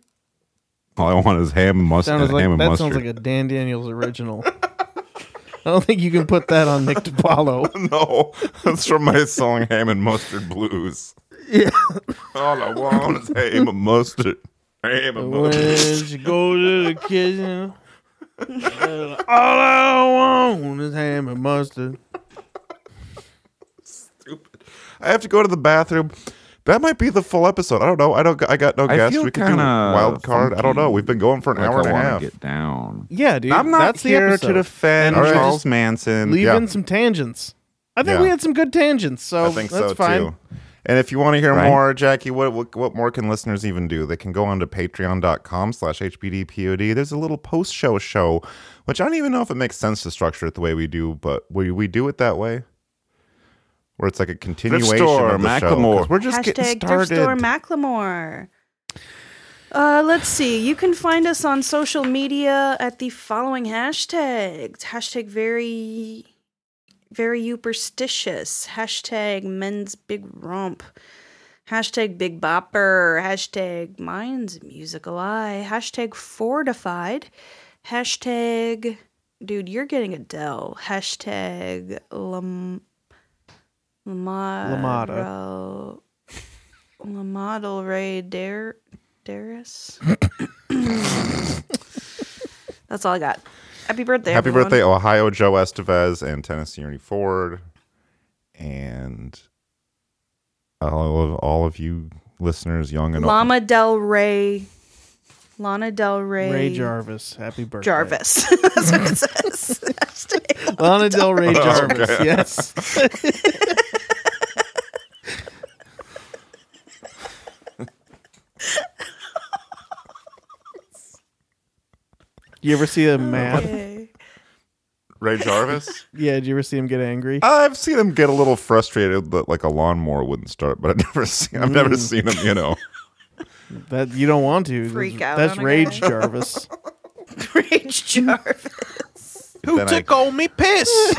Speaker 8: All I want is ham and mustard.
Speaker 3: Sounds like,
Speaker 8: ham and
Speaker 3: that
Speaker 8: mustard.
Speaker 3: sounds like a Dan Daniels original. I don't think you can put that on Nick DiPaolo.
Speaker 4: no, that's from my song "Ham and Mustard Blues."
Speaker 3: Yeah.
Speaker 4: All I want is ham and mustard. Ham and
Speaker 3: When
Speaker 4: mustard.
Speaker 3: she goes to the kitchen, all I want is ham and mustard.
Speaker 4: I have to go to the bathroom. That might be the full episode. I don't know. I don't. I got no
Speaker 8: I
Speaker 4: guest.
Speaker 8: feel
Speaker 4: We could do
Speaker 8: kinda
Speaker 4: wild card. I don't know.
Speaker 8: funky,
Speaker 4: We've been going for an
Speaker 8: like
Speaker 4: hour and
Speaker 8: I
Speaker 4: a
Speaker 8: wanna
Speaker 4: half.
Speaker 8: get down.
Speaker 3: Yeah, dude.
Speaker 4: I'm not
Speaker 3: that's the
Speaker 4: here to
Speaker 3: episode.
Speaker 4: defend
Speaker 3: And we're
Speaker 4: Charles
Speaker 3: just
Speaker 4: Manson.
Speaker 3: Leave
Speaker 4: Yeah.
Speaker 3: in some tangents. I think
Speaker 4: Yeah.
Speaker 3: we had some good tangents, so
Speaker 4: I think
Speaker 3: that's
Speaker 4: so
Speaker 3: fine.
Speaker 4: too. And if you want to hear
Speaker 8: Right?
Speaker 4: more, Jackie, what, what what more can listeners even do? They can go on to patreon.com slash hbdpod. There's a little post-show show, which I don't even know if it makes sense to structure it the way we do, but we, we do it that way. Where it's like a continuation
Speaker 8: store,
Speaker 4: of the show.
Speaker 8: Macklemore.
Speaker 4: 'cause We're just
Speaker 6: Hashtag
Speaker 4: getting
Speaker 6: thrift store
Speaker 4: started.
Speaker 6: Macklemore. Uh, let's see. You can find us on social media at the following hashtags: hashtag very, very superstitious, hashtag men's big romp, hashtag big bopper, hashtag mine's musical eye, hashtag fortified, hashtag dude you're getting Adele, hashtag lam,
Speaker 3: Lamada.
Speaker 6: Lamada. Lamodel Ray Dar- Darris. That's all I got. Happy birthday.
Speaker 4: Happy
Speaker 6: everyone.
Speaker 4: birthday, Ohio Joe Estevez and Tennessee Ernie Ford. And all of, all of you listeners, young and old.
Speaker 6: Lama Del Rey. Lana Del Rey.
Speaker 3: Ray Jarvis, happy birthday.
Speaker 6: Jarvis. That's what it says. Hashtag
Speaker 3: Lana Del Rey
Speaker 4: Oh,
Speaker 3: Jarvis,
Speaker 4: okay.
Speaker 3: yes. you ever see him mad?
Speaker 6: Okay.
Speaker 4: Ray Jarvis.
Speaker 3: Yeah, did you ever see him get angry?
Speaker 4: I've seen him get a little frustrated that like a lawnmower wouldn't start, but I've never seen I've never
Speaker 3: Mm.
Speaker 4: seen him, you know.
Speaker 3: That you don't want to.
Speaker 6: Freak
Speaker 3: that's,
Speaker 6: out
Speaker 3: That's
Speaker 6: on a
Speaker 3: rage,
Speaker 6: guy.
Speaker 3: Jarvis.
Speaker 6: Ray Jarvis.
Speaker 4: Who Then I- took
Speaker 3: all me piss?